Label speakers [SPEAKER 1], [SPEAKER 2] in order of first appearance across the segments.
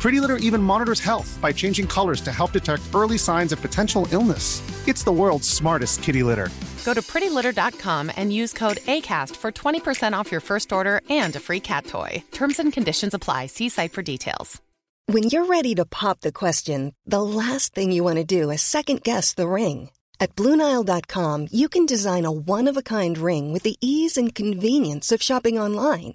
[SPEAKER 1] Pretty Litter even monitors health by changing colors to help detect early signs of potential illness. It's the world's smartest kitty litter.
[SPEAKER 2] Go to prettylitter.com and use code ACAST for 20% off your first order and a free cat toy. Terms and conditions apply. See site for details.
[SPEAKER 3] When you're ready to pop the question, the last thing you want to do is second guess the ring. At Bluenile.com, you can design a one of a kind ring with the ease and convenience of shopping online.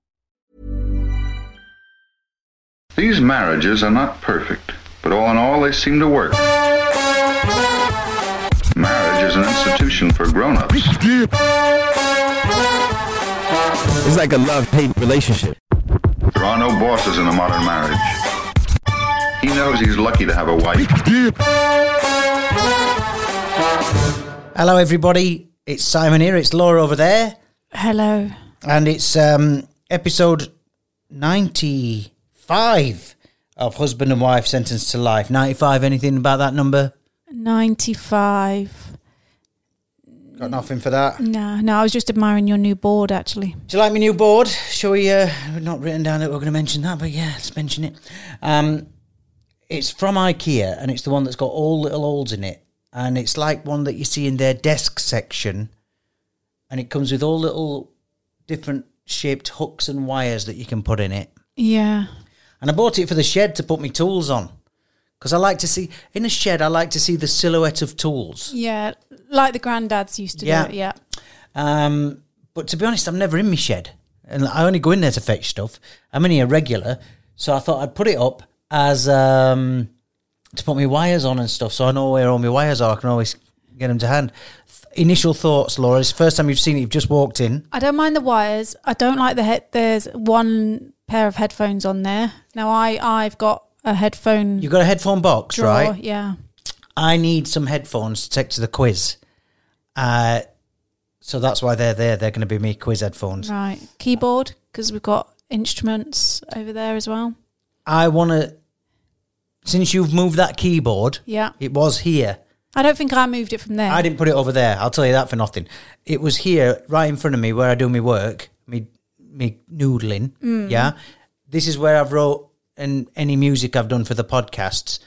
[SPEAKER 4] These marriages are not perfect, but all in all, they seem to work. Marriage is an institution for grown-ups.
[SPEAKER 5] It's like a love-hate relationship.
[SPEAKER 4] There are no bosses in a modern marriage. He knows he's lucky to have a wife.
[SPEAKER 6] Hello, everybody. It's Simon here. It's Laura over there,
[SPEAKER 7] Hello.
[SPEAKER 6] and it's um, episode ninety-five of Husband and Wife Sentenced to Life. Ninety-five. Anything about that number?
[SPEAKER 7] 95.
[SPEAKER 6] Got nothing for that. Do
[SPEAKER 7] No, no, I was just admiring your new board actually.
[SPEAKER 6] you like my new board? Shall we? Uh, we've not written down that we're going to mention that, but yeah, let's mention it. Um, it's from IKEA, and it's the one that's got all little holes in it, and it's like one that you see in their desk section, and it comes with all little different shaped hooks and wires that you can put in it.
[SPEAKER 7] Yeah.
[SPEAKER 6] and I bought it for the shed to put my tools on because I like to see in a shed. I like to see the silhouette of tools.
[SPEAKER 7] Yeah. Like the granddads used to
[SPEAKER 6] Yeah.
[SPEAKER 7] do it. Yeah.
[SPEAKER 6] Um, but to be honest, I'm never in my shed, and I only go in there to fetch stuff. I'm in here regular, so I thought I'd put it up as um, to put my wires on and stuff, so I know where all my wires are. I can always get them to hand. Th- initial thoughts, Laura. It's the first time you've seen it. You've just walked in.
[SPEAKER 7] I don't mind the wires. I don't like the head. There's one pair of headphones on there. Now I, I've got a headphone
[SPEAKER 6] You've got a headphone box,
[SPEAKER 7] drawer.
[SPEAKER 6] right?
[SPEAKER 7] Yeah.
[SPEAKER 6] I need some headphones to take to the quiz. Uh, so that's why they're there. They're going to be me quiz headphones.
[SPEAKER 7] Right. Keyboard, because we've got instruments over there as well.
[SPEAKER 6] I want to, since you've moved that keyboard,
[SPEAKER 7] Yeah.
[SPEAKER 6] it was here.
[SPEAKER 7] I don't think I moved it from there.
[SPEAKER 6] I didn't put it over there. I'll tell you that for nothing. It was here, right in front of me, where I do my work, me me noodling. Yeah, this is where I've wrote and any music I've done for the podcasts.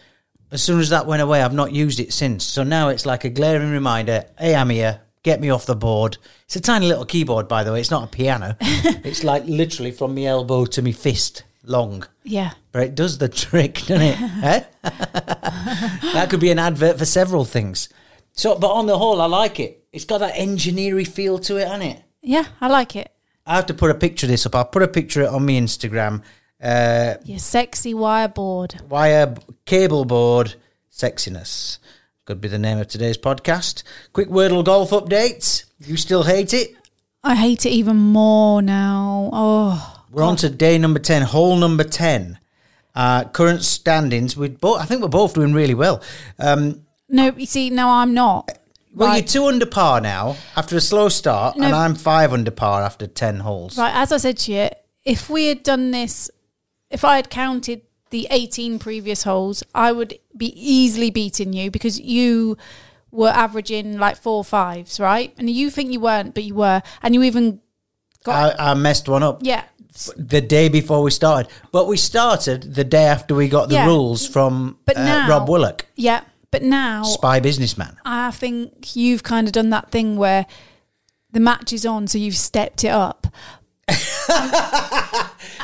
[SPEAKER 6] As soon as that went away, I've not used it since. So now it's like a glaring reminder. Hey, I'm here. Get me off the board. It's a tiny little keyboard, by the way. It's not a piano. it's like literally from my elbow to my fist long.
[SPEAKER 7] Yeah.
[SPEAKER 6] But it does the trick, doesn't it? Eh? that could be an advert for several things. So, but on the whole, I like it. It's got that engineering feel to it, hasn't it?
[SPEAKER 7] Yeah. I like it.
[SPEAKER 6] I have to put a picture of this up. I'll put a picture of it on my Instagram. Uh,
[SPEAKER 7] Your sexy wire board.
[SPEAKER 6] wire b- cable board sexiness could be the name of today's podcast. Quick Wordle golf update. You still hate it?
[SPEAKER 7] I hate it even more now. Oh.
[SPEAKER 6] We're on to day number 10, hole number 10. Uh, current standings. We both, I think we're both doing really well. Um,
[SPEAKER 7] No, you see, no, I'm not.
[SPEAKER 6] Well,
[SPEAKER 7] Right.
[SPEAKER 6] you're two under par now after a slow start,
[SPEAKER 7] No.
[SPEAKER 6] and I'm five under par after 10 holes.
[SPEAKER 7] Right, as I said to you, if we had done this, if I had counted the 18 previous holes, I would be easily beating you because you were averaging like four fives, right? And you think you weren't, but you were, and you even got
[SPEAKER 6] I, I messed one up.
[SPEAKER 7] yeah.
[SPEAKER 6] The day before we started, but we started the day after we got the
[SPEAKER 7] Yeah.
[SPEAKER 6] rules from
[SPEAKER 7] But
[SPEAKER 6] uh,
[SPEAKER 7] now- Oh.
[SPEAKER 6] Rob Willock,
[SPEAKER 7] Yeah, but now
[SPEAKER 6] spy businessman.
[SPEAKER 7] I think you've kind of done that thing where the match is on, so you've stepped it up.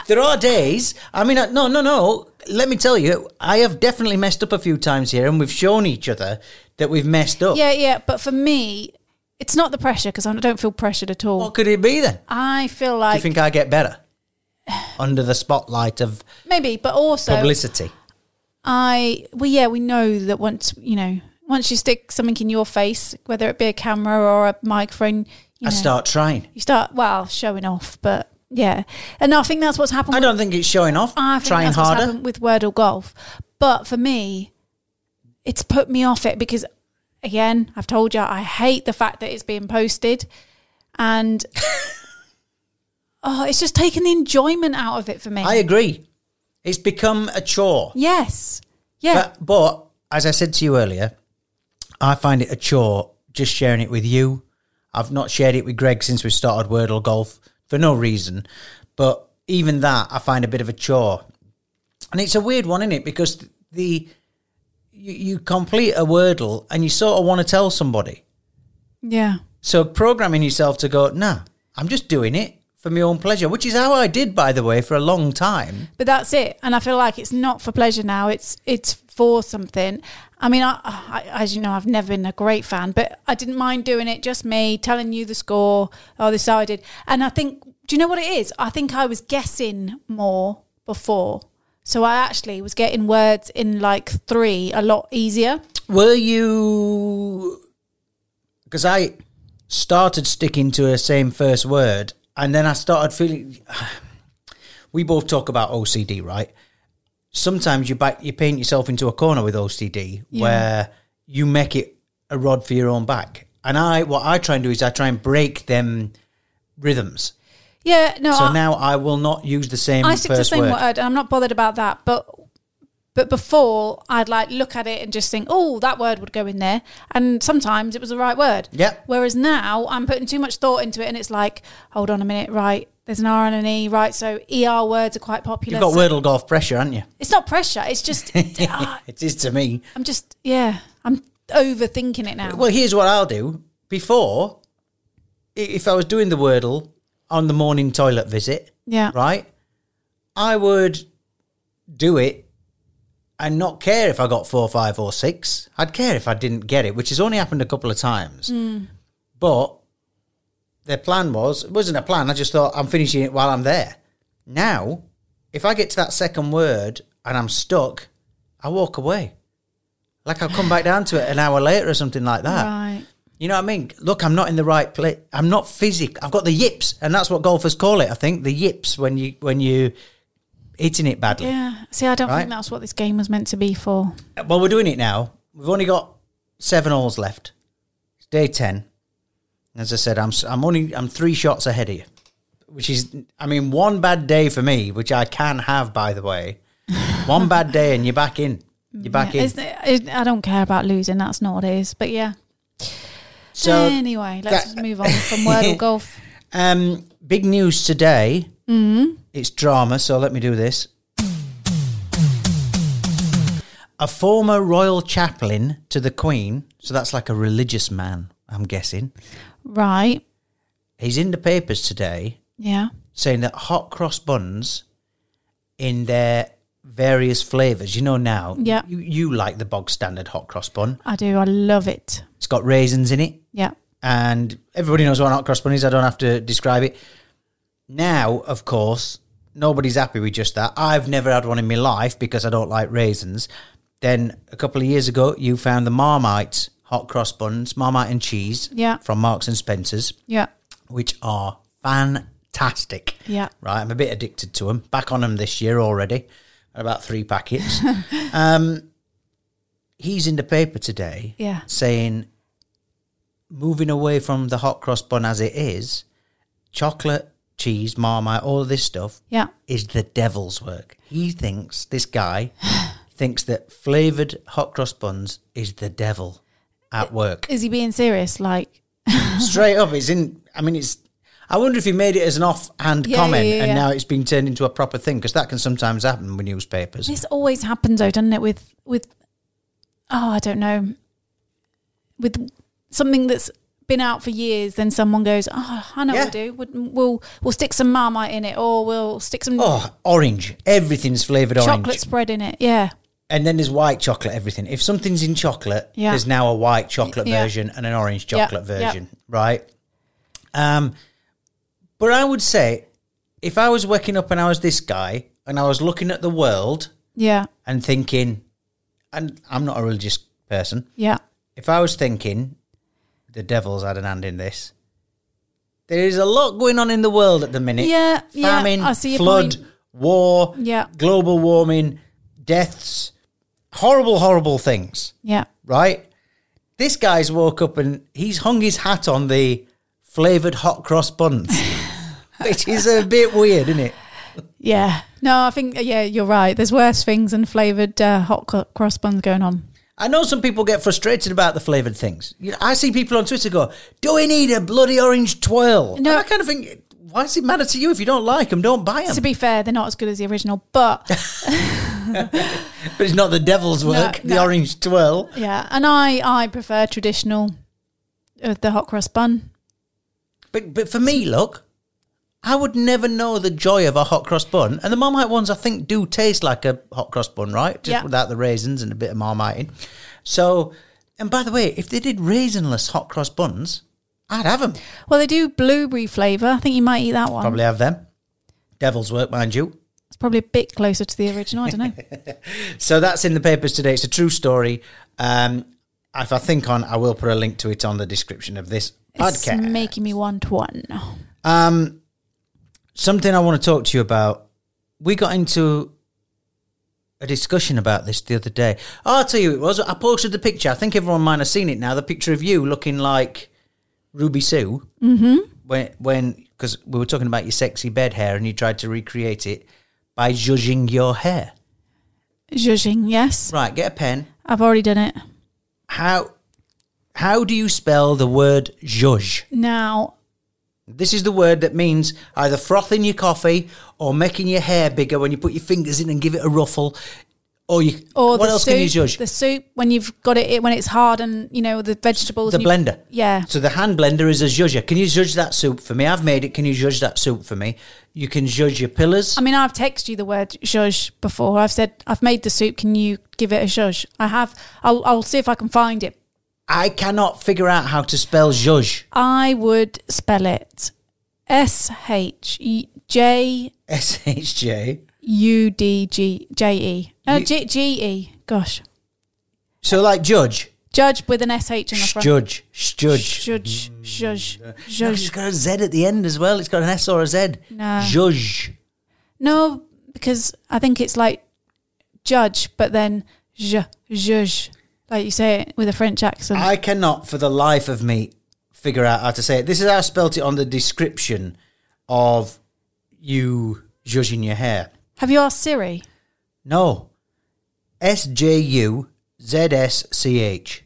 [SPEAKER 6] There are days. I mean, I- no, no, no. Let me tell you, I have definitely messed up a few times here, and we've shown each other that we've messed up.
[SPEAKER 7] Yeah, yeah. But for me, it's not the pressure because I don't feel pressured at all.
[SPEAKER 6] What could it be then?
[SPEAKER 7] I feel
[SPEAKER 6] Do
[SPEAKER 7] like
[SPEAKER 6] you think I get better under the spotlight of
[SPEAKER 7] maybe, but also
[SPEAKER 6] publicity?
[SPEAKER 7] I well, yeah, we know that once you know, once you stick something in your face, whether it be a camera or a microphone, you
[SPEAKER 6] I
[SPEAKER 7] know,
[SPEAKER 6] start trying.
[SPEAKER 7] You start well showing off, but yeah, and I think that's what's happened.
[SPEAKER 6] I
[SPEAKER 7] with-
[SPEAKER 6] don't think it's showing off.
[SPEAKER 7] I think
[SPEAKER 6] trying
[SPEAKER 7] that's What's
[SPEAKER 6] harder.
[SPEAKER 7] happened with Wordle Golf. But for me, it's put me off it because, again, I've told you, I hate the fact that it's being posted. And, oh, it's just taken the enjoyment out of it for me.
[SPEAKER 6] I agree. It's become a chore.
[SPEAKER 7] yes. Yeah.
[SPEAKER 6] But, but as I said to you earlier, I find it a chore just sharing it with you. I've not shared it with Greg since we started Wordle Golf for no reason. But even that, I find a bit of a chore. And it's a weird one, isn't it? Because the you, you complete a Wordle and you sort of want to tell somebody.
[SPEAKER 7] yeah.
[SPEAKER 6] So programming yourself to go, nah, I'm just doing it for my own pleasure, which is how I did, by the way, for a long time.
[SPEAKER 7] But that's it. And I feel like it's not for pleasure now. It's it's for something. I mean, I, I as you know, I've never been a great fan, but I didn't mind doing it. Just me telling you the score. Oh, this is how I did. And I think, do you know what it is? I think I was guessing more before, so I actually was getting words in like three a lot easier.
[SPEAKER 6] Were you? Because I started sticking to the same first word, and then I started feeling. We both talk about OCD, right? Sometimes you back, you paint yourself into a corner with OCD where you make it a rod for your own back. And I, what I try and do is I try and break them rhythms.
[SPEAKER 7] Yeah, no.
[SPEAKER 6] so
[SPEAKER 7] I,
[SPEAKER 6] now I will not use the same
[SPEAKER 7] I stick to the
[SPEAKER 6] first
[SPEAKER 7] same
[SPEAKER 6] word.
[SPEAKER 7] word. and I'm not bothered about that. But but before, I'd like look at it and just think, oh, that word would go in there. And sometimes it was the right word.
[SPEAKER 6] Yep.
[SPEAKER 7] Whereas now I'm putting too much thought into it, and it's like, hold on a minute, right? There's an R and an E, right? So ER words are quite popular.
[SPEAKER 6] You've got
[SPEAKER 7] So-
[SPEAKER 6] Wordle golf pressure, haven't you?
[SPEAKER 7] It's not pressure. It's just ah,
[SPEAKER 6] It is to me.
[SPEAKER 7] I'm just yeah. I'm overthinking it now.
[SPEAKER 6] Well, here's what I'll do. Before, i- if I was doing the Wordle on the morning toilet visit,
[SPEAKER 7] yeah.
[SPEAKER 6] right, I would do it and not care if I got four, five, or six. I'd care if I didn't get it, which has only happened a couple of times.
[SPEAKER 7] Hmm.
[SPEAKER 6] But their plan was it wasn't a plan. I just thought I'm finishing it while I'm there. Now, if I get to that second word and I'm stuck, I walk away. Like I'll come back down to it an hour later or something like that.
[SPEAKER 7] Right.
[SPEAKER 6] You know what I mean? Look, I'm not in the right place. I'm not physic. I've got the yips, and that's what golfers call it. I think the yips when you when you hitting it badly.
[SPEAKER 7] Yeah. See, I don't
[SPEAKER 6] Right.
[SPEAKER 7] think that's what this game was meant to be for.
[SPEAKER 6] Well, we're doing it now. We've only got seven holes left. It's day ten. As I said, I'm s- I'm only I'm three shots ahead of you, which is I mean one bad day for me, which I can have by the way. one bad day and you're back in. You're back in.
[SPEAKER 7] It's- it- I don't care about losing. That's not what it is. But yeah.
[SPEAKER 6] So
[SPEAKER 7] anyway, let's
[SPEAKER 6] that-
[SPEAKER 7] move on from Wordle Golf.
[SPEAKER 6] Um, big news today. Mm-hmm. It's drama, so let me do this. A former royal chaplain to the Queen, so that's like a religious man, I'm guessing.
[SPEAKER 7] Right.
[SPEAKER 6] He's in the papers today
[SPEAKER 7] Yeah.
[SPEAKER 6] saying that hot cross buns in their various flavours, you know now,
[SPEAKER 7] Yeah.
[SPEAKER 6] you, you like the bog standard hot cross bun.
[SPEAKER 7] I do. I love it.
[SPEAKER 6] It's got raisins in it.
[SPEAKER 7] Yeah.
[SPEAKER 6] and everybody knows what an hot cross bun is. I don't have to describe it. Now, of course, nobody's happy with just that. I've never had one in my life because I don't like raisins. Then a couple of years ago, you found the Marmite hot cross buns, Marmite and cheese,
[SPEAKER 7] Yeah.
[SPEAKER 6] from Marks and Spencers,
[SPEAKER 7] Yeah.
[SPEAKER 6] which are fantastic.
[SPEAKER 7] Yeah.
[SPEAKER 6] Right, I'm a bit addicted to them. Back on them this year already. Had About three packets. um, he's in the paper today
[SPEAKER 7] Yeah.
[SPEAKER 6] saying moving away from the hot cross bun as it is, chocolate, cheese, marmite, all of this stuff
[SPEAKER 7] Yeah.
[SPEAKER 6] is the devil's work. He thinks, this guy thinks that flavoured hot cross buns is the devil. at work.
[SPEAKER 7] Is he being serious? Like,
[SPEAKER 6] Straight up, it's in. I mean, it's. I wonder if he made it as an offhand
[SPEAKER 7] Yeah,
[SPEAKER 6] comment,
[SPEAKER 7] yeah, yeah,
[SPEAKER 6] and
[SPEAKER 7] yeah.
[SPEAKER 6] now it's been turned into a proper thing because that can sometimes happen with newspapers.
[SPEAKER 7] this always happens, though, doesn't it? With with oh, I don't know, with something that's been out for years, then someone goes, oh, I know
[SPEAKER 6] Yeah.
[SPEAKER 7] we'll do. We'll, we'll we'll stick some marmite in it, or we'll stick some
[SPEAKER 6] Oh, orange! Everything's flavored
[SPEAKER 7] chocolate
[SPEAKER 6] orange,
[SPEAKER 7] spread in it. Yeah,
[SPEAKER 6] and then there's white chocolate. Everything. If something's in chocolate,
[SPEAKER 7] Yeah.
[SPEAKER 6] there's now a white chocolate
[SPEAKER 7] Yeah.
[SPEAKER 6] version and an orange
[SPEAKER 7] Yeah,
[SPEAKER 6] chocolate
[SPEAKER 7] yeah.
[SPEAKER 6] version, right? Um, but I would say, if I was waking up and I was this guy and I was looking at the world
[SPEAKER 7] yeah,
[SPEAKER 6] and thinking, and I'm not a religious person,
[SPEAKER 7] yeah.
[SPEAKER 6] if I was thinking the devil's had an hand in this, there is a lot going on in the world at the minute.
[SPEAKER 7] Yeah, yeah,
[SPEAKER 6] famine,
[SPEAKER 7] I see your
[SPEAKER 6] flood,
[SPEAKER 7] point.
[SPEAKER 6] war,
[SPEAKER 7] Yeah.
[SPEAKER 6] global warming, deaths, horrible, horrible things.
[SPEAKER 7] Yeah.
[SPEAKER 6] Right? This guy's woke up and he's hung his hat on the flavored hot cross buns, which is a bit weird, isn't it?
[SPEAKER 7] Yeah. No, I think, yeah, you're right. There's worse things than flavoured uh, hot co- cross buns going on.
[SPEAKER 6] I know some people get frustrated about the flavoured things. You know, I see people on Twitter go, "Do we need a bloody orange twirl?" No,
[SPEAKER 7] No.
[SPEAKER 6] I kind of think, why does it matter to you if you don't like them? Don't buy them.
[SPEAKER 7] To be fair, they're not as good as the original, but
[SPEAKER 6] but it's not the devil's work. The
[SPEAKER 7] no.
[SPEAKER 6] orange twirl.
[SPEAKER 7] yeah. And I, I prefer traditional, uh, the hot cross bun.
[SPEAKER 6] But but for me, look, I would never know the joy of a hot cross bun. And the Marmite ones, I think, do taste like a hot cross bun, right? Just
[SPEAKER 7] Yeah.
[SPEAKER 6] without the raisins and a bit of Marmite in. So, and by the way, if they did raisinless hot cross buns, I'd have them.
[SPEAKER 7] Well, they do blueberry flavour. I think you might eat that one.
[SPEAKER 6] Probably have them. Devil's work, mind you.
[SPEAKER 7] It's probably a bit closer to the original. I don't know.
[SPEAKER 6] So that's in the papers today. It's a true story. Um, if I think on, I will put a link to it on the description of this
[SPEAKER 7] It's
[SPEAKER 6] podcast.
[SPEAKER 7] making me want one.
[SPEAKER 6] um, something I want to talk to you about. We got into a discussion about this the other day. Oh, I'll tell you, who it was. I posted the picture. I think everyone might have seen it now. The picture of you looking like Ruby Sue. Mm-hmm. When, when, because we were talking about your sexy bed hair, and you tried to recreate it by judging your hair.
[SPEAKER 7] Zhuzhing, yes.
[SPEAKER 6] Right, get a pen.
[SPEAKER 7] I've already done it.
[SPEAKER 6] how how do you spell the word zhuzh?
[SPEAKER 7] Now,
[SPEAKER 6] This is the word that means either frothing your coffee or making your hair bigger when you put your fingers in and give it a ruffle. Or you
[SPEAKER 7] or
[SPEAKER 6] what
[SPEAKER 7] the
[SPEAKER 6] else
[SPEAKER 7] soup,
[SPEAKER 6] can you judge?
[SPEAKER 7] The soup, when you've got it, when it's hard and, you know, the vegetables.
[SPEAKER 6] The
[SPEAKER 7] and you-
[SPEAKER 6] blender.
[SPEAKER 7] yeah.
[SPEAKER 6] So the hand blender is a zhuzher. Can you judge that soup for me? I've made it. Can you judge that soup for me? You can judge your pillars.
[SPEAKER 7] I mean, I've texted you the word zhuzh before. I've said, I've made the soup. Can you give it a zhuzh? I have. I'll, I'll see if I can find it.
[SPEAKER 6] I cannot figure out how to spell zhuzh.
[SPEAKER 7] I would spell it S H E J
[SPEAKER 6] S H J.
[SPEAKER 7] U D G J E. No,
[SPEAKER 6] You-
[SPEAKER 7] G G E. Gosh.
[SPEAKER 6] So like judge,
[SPEAKER 7] Judge with an S H in the front.
[SPEAKER 6] judge, judge.
[SPEAKER 7] Zhuzh. Zhuzh.
[SPEAKER 6] Mm, uh, No, it's
[SPEAKER 7] Zhuzh.
[SPEAKER 6] got a Z at the end as well. It's got an S or a Z.
[SPEAKER 7] No.
[SPEAKER 6] Zhuzh.
[SPEAKER 7] No, because I think it's like judge, but then zh, zhuzh. Like you say it with a French accent.
[SPEAKER 6] I cannot, for the life of me, figure out how to say it. This is how I spelt it on the description of you judging your hair.
[SPEAKER 7] have you asked Siri?
[SPEAKER 6] No, S J U Z S C H.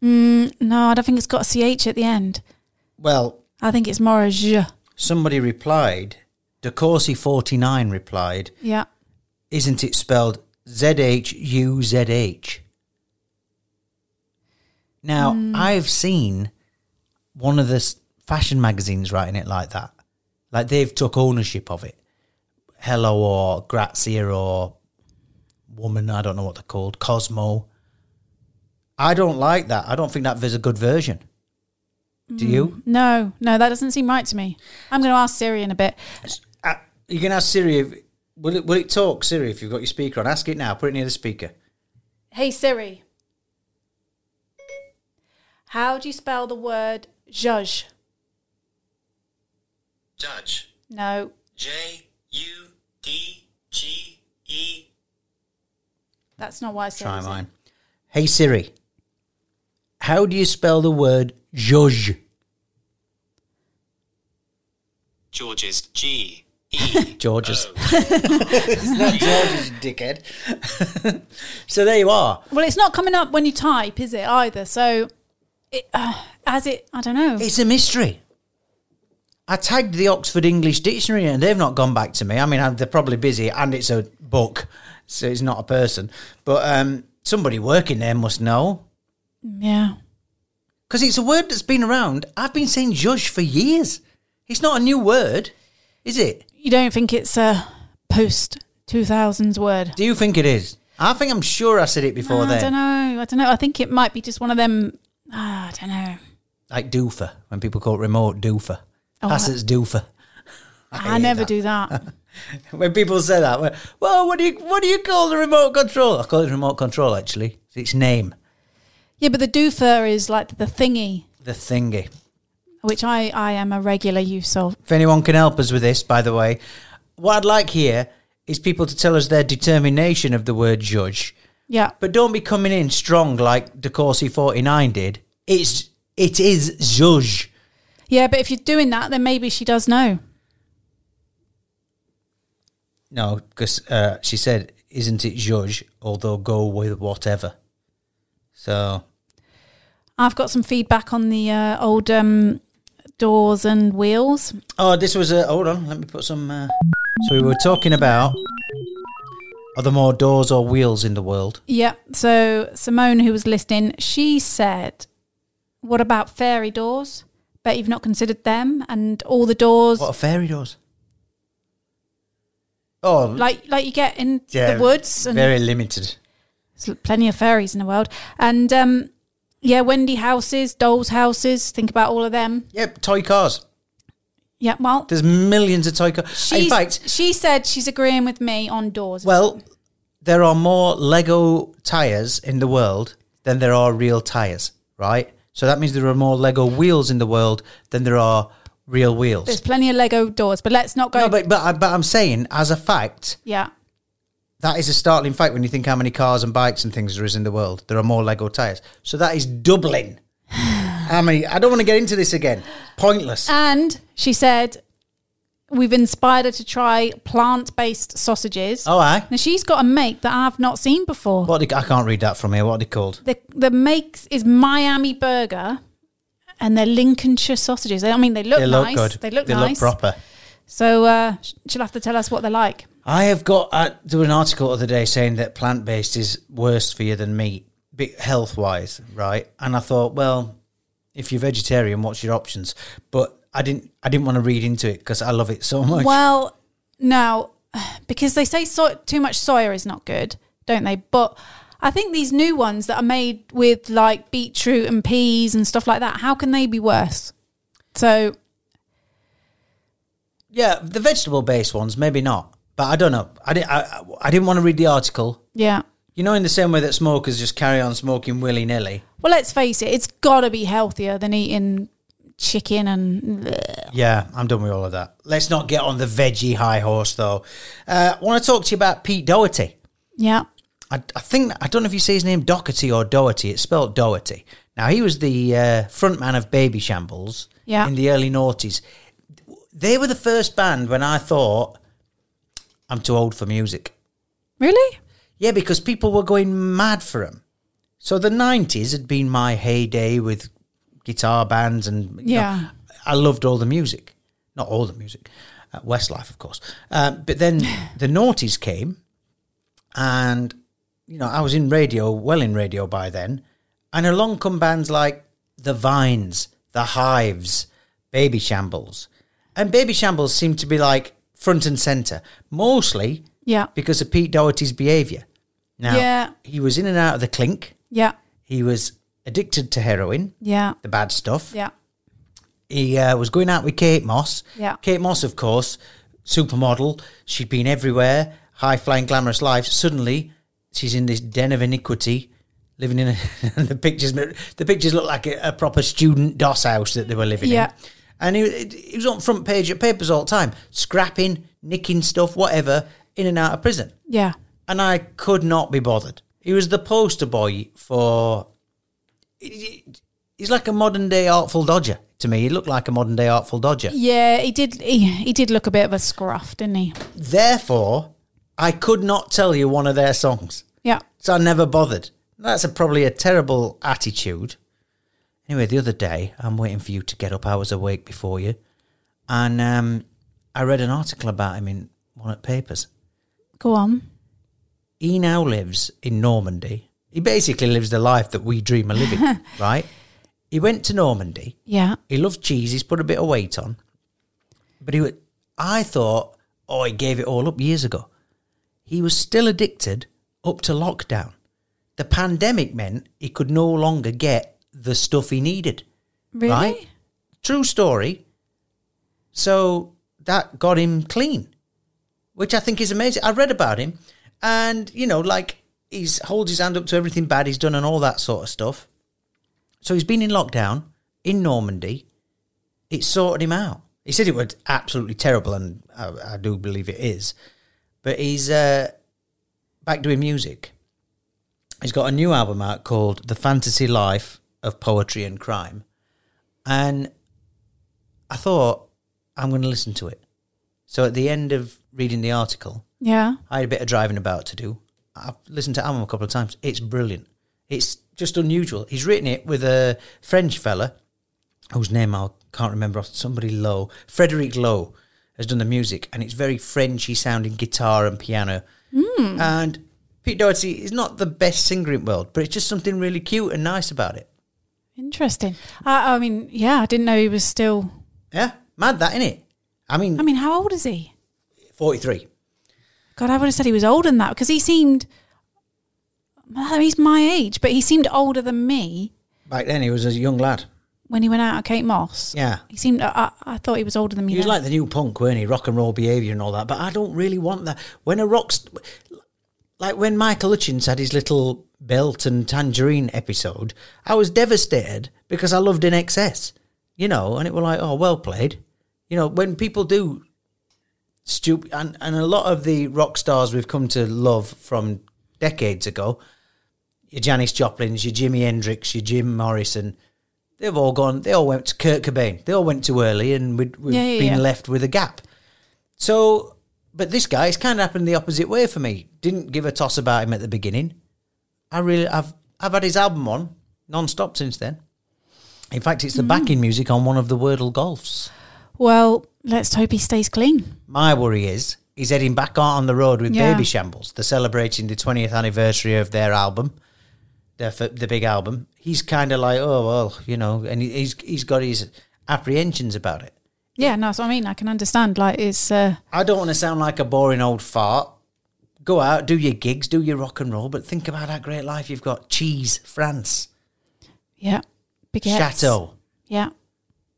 [SPEAKER 7] Mm, No, I don't think it's got a CH at the end.
[SPEAKER 6] Well,
[SPEAKER 7] I think it's more a zh.
[SPEAKER 6] somebody replied. De Courcy forty nine replied,
[SPEAKER 7] Yeah.
[SPEAKER 6] "Isn't it spelled Z H U Z H?" Now I've seen one of the s- fashion magazines writing it like that, like they've took ownership of it. Hello or Grazia or Woman, I don't know what they're called, Cosmo. I don't like that. I don't think that is a good version. Do you?
[SPEAKER 7] No, no, that doesn't seem right to me. I'm going to ask Siri in a bit.
[SPEAKER 6] Uh, you can ask Siri. If, will it will it talk Siri if you've got your speaker on? Ask it now. Put it near the speaker.
[SPEAKER 7] Hey Siri. How do you spell the word zhuzh?
[SPEAKER 8] Judge.
[SPEAKER 7] No,
[SPEAKER 8] J U D G E.
[SPEAKER 7] that's not why I said
[SPEAKER 6] Try
[SPEAKER 7] it.
[SPEAKER 6] mine. Hey Siri. How do you spell the word zhuzh?
[SPEAKER 8] George's G E.
[SPEAKER 6] George's. it's not George's, you dickhead. so there you are.
[SPEAKER 7] Well, it's not coming up when you type, is it either? So it, uh, as it, I don't know.
[SPEAKER 6] It's a mystery. I tagged the Oxford English Dictionary and they've not gone back to me. I mean, I- they're probably busy and it's a book, so it's not a person. But um, somebody working there must know
[SPEAKER 7] yeah.
[SPEAKER 6] because it's a word that's been around. I've been saying judge for years. It's not a new word, is it?
[SPEAKER 7] You don't think it's a post 2000s word?
[SPEAKER 6] Do you think it is? I think I'm sure I said it before
[SPEAKER 7] I
[SPEAKER 6] then.
[SPEAKER 7] don't know. I don't know. I think it might be just one of them. ah, I don't know.
[SPEAKER 6] Like doofer, when people call it remote doofer.
[SPEAKER 7] Oh,
[SPEAKER 6] That's
[SPEAKER 7] I-
[SPEAKER 6] it's doofer.
[SPEAKER 7] I,
[SPEAKER 6] hate
[SPEAKER 7] never
[SPEAKER 6] that.
[SPEAKER 7] do that.
[SPEAKER 6] when people say that, well, well, what do you what do you call the remote control? I call it remote control actually. It's its name,
[SPEAKER 7] yeah, but the doofer is like the thingy,
[SPEAKER 6] the thingy.
[SPEAKER 7] which I, I am a regular use of.
[SPEAKER 6] If anyone can help us with this, by the way, what I'd like here is people to tell us their determination of the word judge,
[SPEAKER 7] Yeah.
[SPEAKER 6] but don't be coming in strong like De Courcy forty nine did. It's it is judge.
[SPEAKER 7] Yeah, but if you're doing that, then maybe she does know.
[SPEAKER 6] No, because uh, she said, "Isn't it judge?" Although go with whatever. So
[SPEAKER 7] I've got some feedback on the uh, old um, doors and wheels.
[SPEAKER 6] Oh, this was a. Hold on, let me put some. Uh, so we were talking about are there more doors or wheels in the world?
[SPEAKER 7] Yeah. So Simone, who was listening, she said, "What about fairy doors? Bet you've not considered them and all the doors
[SPEAKER 6] What are fairy doors? Oh,
[SPEAKER 7] like like you get in
[SPEAKER 6] yeah,
[SPEAKER 7] the woods and
[SPEAKER 6] very limited.
[SPEAKER 7] there's plenty of fairies in the world. And um, yeah, Wendy houses, dolls houses. Think about all of them.
[SPEAKER 6] Yep, toy cars.
[SPEAKER 7] Yeah. Well,
[SPEAKER 6] There's millions of toy cars. In
[SPEAKER 7] she's-
[SPEAKER 6] fact,
[SPEAKER 7] she said she's agreeing with me on doors.
[SPEAKER 6] well, there are more Lego tires in the world than there are real tires, right? So that means there are more Lego wheels in the world than there are real wheels.
[SPEAKER 7] there's plenty of Lego doors, but let's not go.
[SPEAKER 6] no, but, but I- but I'm saying as a fact.
[SPEAKER 7] yeah.
[SPEAKER 6] That is a startling fact when you think how many cars and bikes and things there is in the world. There are more Lego tires. So that is doubling. how many? I don't want to get into this again.
[SPEAKER 7] Uh,
[SPEAKER 6] Pointless.
[SPEAKER 7] And she said, We've inspired her to try plant based sausages.
[SPEAKER 6] oh, aye.
[SPEAKER 7] Now, she's got a make that I've not seen before.
[SPEAKER 6] What are they- I can't read that from here. What are they called?
[SPEAKER 7] The, the makes is Miami Burger and they're Lincolnshire sausages. I mean, they look
[SPEAKER 6] they
[SPEAKER 7] nice.
[SPEAKER 6] look good.
[SPEAKER 7] They look nice.
[SPEAKER 6] proper.
[SPEAKER 7] so uh, sh- she'll have to tell us what they're like.
[SPEAKER 6] I have got. Uh, there was an article the other day saying that plant based is worse for you than meat, health wise, right? And I thought, well, if you're vegetarian, what's your options? But I didn't. I didn't want to read into it because I love it so much.
[SPEAKER 7] Well, now, because they say so- too much soya is not good, don't they? But I think these new ones that are made with like beetroot and peas and stuff like that, how can they be worse? So
[SPEAKER 6] Yeah, the vegetable based ones, maybe not. But I don't know. I didn't. I, I- I didn't want to read the article.
[SPEAKER 7] Yeah.
[SPEAKER 6] You know, in the same way that smokers just carry on smoking willy nilly.
[SPEAKER 7] Well, let's face it, it's got to be healthier than eating chicken and.
[SPEAKER 6] Yeah, I'm done with all of that. Let's not get on the veggie high horse, though. Uh, I want to talk to you about Pete Doherty.
[SPEAKER 7] Yeah.
[SPEAKER 6] I, I think I don't know if you say his name Doherty or Doherty. It's spelled Doherty. Now he was the uh, frontman of Baby Shambles
[SPEAKER 7] Yeah.
[SPEAKER 6] in the early noughties. They were the first band when I thought I'm too old for music.
[SPEAKER 7] Really?
[SPEAKER 6] Yeah, because people were going mad for them. So the nineties had been my heyday with guitar bands, and you know,
[SPEAKER 7] Yeah.
[SPEAKER 6] I loved all the music, not all the music, uh, Westlife, of course. Um, but then the noughties came, and you know I was in radio, well in radio by then, and along come bands like the Vines, the Hives, Baby Shambles, and Baby Shambles seemed to be like front and center, mostly
[SPEAKER 7] Yeah.
[SPEAKER 6] because of Pete Doherty's behaviour. Now,
[SPEAKER 7] Yeah.
[SPEAKER 6] he was in and out of the clink.
[SPEAKER 7] Yeah.
[SPEAKER 6] He was addicted to heroin,
[SPEAKER 7] Yeah.
[SPEAKER 6] the bad stuff.
[SPEAKER 7] Yeah.
[SPEAKER 6] He uh, was going out with Kate Moss.
[SPEAKER 7] Yeah.
[SPEAKER 6] Kate Moss, of course, supermodel. She'd been everywhere, high flying, glamorous life. Suddenly, she's in this den of iniquity, living in a, the pictures. The pictures look like a, a proper student DOS house that they were living
[SPEAKER 7] Yeah.
[SPEAKER 6] in. And he, he was on front page of papers all the time, scrapping, nicking stuff, whatever, in and out of prison
[SPEAKER 7] Yeah.
[SPEAKER 6] and I could not be bothered. He was the poster boy for. He's like a modern day Artful Dodger to me. He looked like a modern day Artful Dodger.
[SPEAKER 7] Yeah. He did. He, he did look a bit of a scruff, didn't he?
[SPEAKER 6] Therefore, I could not tell you one of their songs.
[SPEAKER 7] Yeah.
[SPEAKER 6] So I never bothered. That's a, probably a terrible attitude. Anyway, the other day, I'm waiting for you to get up. I was awake before you, and um, I read an article about him in one of the papers.
[SPEAKER 7] Go on.
[SPEAKER 6] He now lives in Normandy. He basically lives the life that we dream of living, right? He went to Normandy.
[SPEAKER 7] Yeah.
[SPEAKER 6] He loved cheese. He's put a bit of weight on, but he. wa- I thought, oh, he gave it all up years ago. He was still addicted up to lockdown. The pandemic meant he could no longer get the stuff he needed.
[SPEAKER 7] Really?
[SPEAKER 6] Right? True story. So that got him clean, which I think is amazing. I read about him, and you know, like he's holds his hand up to everything bad he's done and all that sort of stuff. So he's been in lockdown in Normandy. It sorted him out. He said it was absolutely terrible, and I, I do believe it is. But he's uh, back doing music. He's got a new album out called "The Fantasy Life of Poetry and Crime," and I thought I'm going to listen to it. So at the end of reading the article,
[SPEAKER 7] Yeah.
[SPEAKER 6] I had a bit of driving about to do. I've listened to Amon a couple of times. It's brilliant. It's just unusual. He's written it with a French fella whose name I can't remember. off- Somebody Lowe. Frederick Lowe has done the music, and it's very Frenchy sounding guitar and piano. And Pete Doherty is not the best singer in the world, but it's just something really cute and nice about it.
[SPEAKER 7] Interesting. I, I mean, yeah, I didn't know he was still.
[SPEAKER 6] Yeah, mad that, innit? I mean,
[SPEAKER 7] I mean, how old is he?
[SPEAKER 6] 43.
[SPEAKER 7] God, I would have said he was older than that because he seemed. Well, he's my age, but he seemed older than me
[SPEAKER 6] Back then, he was a young lad.
[SPEAKER 7] when he went out at Kate Moss.
[SPEAKER 6] Yeah.
[SPEAKER 7] He seemed. I, I, I thought he was older than me.
[SPEAKER 6] He was
[SPEAKER 7] then.
[SPEAKER 6] like the new punk, weren't he? Rock and roll behaviour and all that. But I don't really want that. When a rock, st- like when Michael Hutchins had his little belt and tangerine episode, I was devastated because I loved in excess, you know. And it were like, oh, well played, you know. When people do stupid, and and a lot of the rock stars we've come to love from decades ago, your Janis Joplin's, your Jimi Hendrix, your Jim Morrison. They've all gone. They all went to Kurt Cobain. They all went too early, and we'd, we've
[SPEAKER 7] Yeah, yeah,
[SPEAKER 6] been
[SPEAKER 7] yeah.
[SPEAKER 6] left with a gap. So, but this guy, it's kind of happened the opposite way for me. Didn't give a toss about him at the beginning. I really, I've, I've had his album on non-stop since then. In fact, it's the
[SPEAKER 7] Mm.
[SPEAKER 6] backing music on one of the Wordle golfs.
[SPEAKER 7] well, let's hope he stays clean.
[SPEAKER 6] My worry is he's heading back out on the road with
[SPEAKER 7] Yeah.
[SPEAKER 6] Baby Shambles. They're celebrating the 20th anniversary of their album, their f- the big album. He's kind of like, oh well, you know, and he- he's he's got his apprehensions about it.
[SPEAKER 7] Yeah, no, that's what I mean. I can understand. Like, it's. Uh,
[SPEAKER 6] I don't want to sound like a boring old fart. Go out, do your gigs, do your rock and roll, but think about that great life you've got. Cheese, France,
[SPEAKER 7] yeah. Baguettes.
[SPEAKER 6] Chateau.
[SPEAKER 7] Yeah.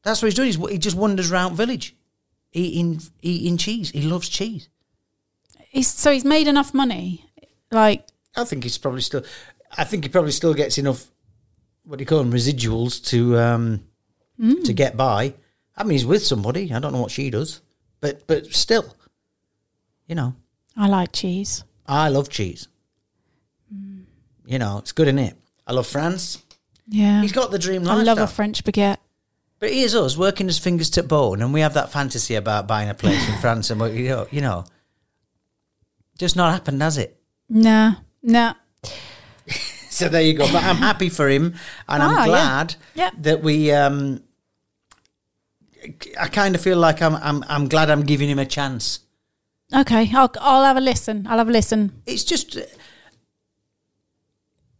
[SPEAKER 6] That's what he's doing. He's, he just wanders round village, eating eating cheese. He loves cheese.
[SPEAKER 7] He's, so he's made enough money. Like,
[SPEAKER 6] I think he's probably still. I think he probably still gets enough. What do you call them? Residuals to um,
[SPEAKER 7] Hmm.
[SPEAKER 6] to get by. I mean, he's with somebody. I don't know what she does, but but still, you know,
[SPEAKER 7] I like cheese.
[SPEAKER 6] I love cheese.
[SPEAKER 7] Hmm.
[SPEAKER 6] You know, it's good in it. I love France.
[SPEAKER 7] Yeah.
[SPEAKER 6] He's got the dream
[SPEAKER 7] I
[SPEAKER 6] lifestyle.
[SPEAKER 7] love a French baguette.
[SPEAKER 6] but here's us working his fingers to bone, and we have that fantasy about buying a place in France, and what you know, you know, just not happened, has it?
[SPEAKER 7] Nah, nah.
[SPEAKER 6] So there you go. But I'm happy for him, and
[SPEAKER 7] Ah, yeah.
[SPEAKER 6] I'm glad
[SPEAKER 7] Yeah.
[SPEAKER 6] that we. Um, I kind of feel like I'm. I'm. I'm glad I'm giving him a chance.
[SPEAKER 7] Okay, I'll I'll have a listen. I'll have a listen.
[SPEAKER 6] It's just.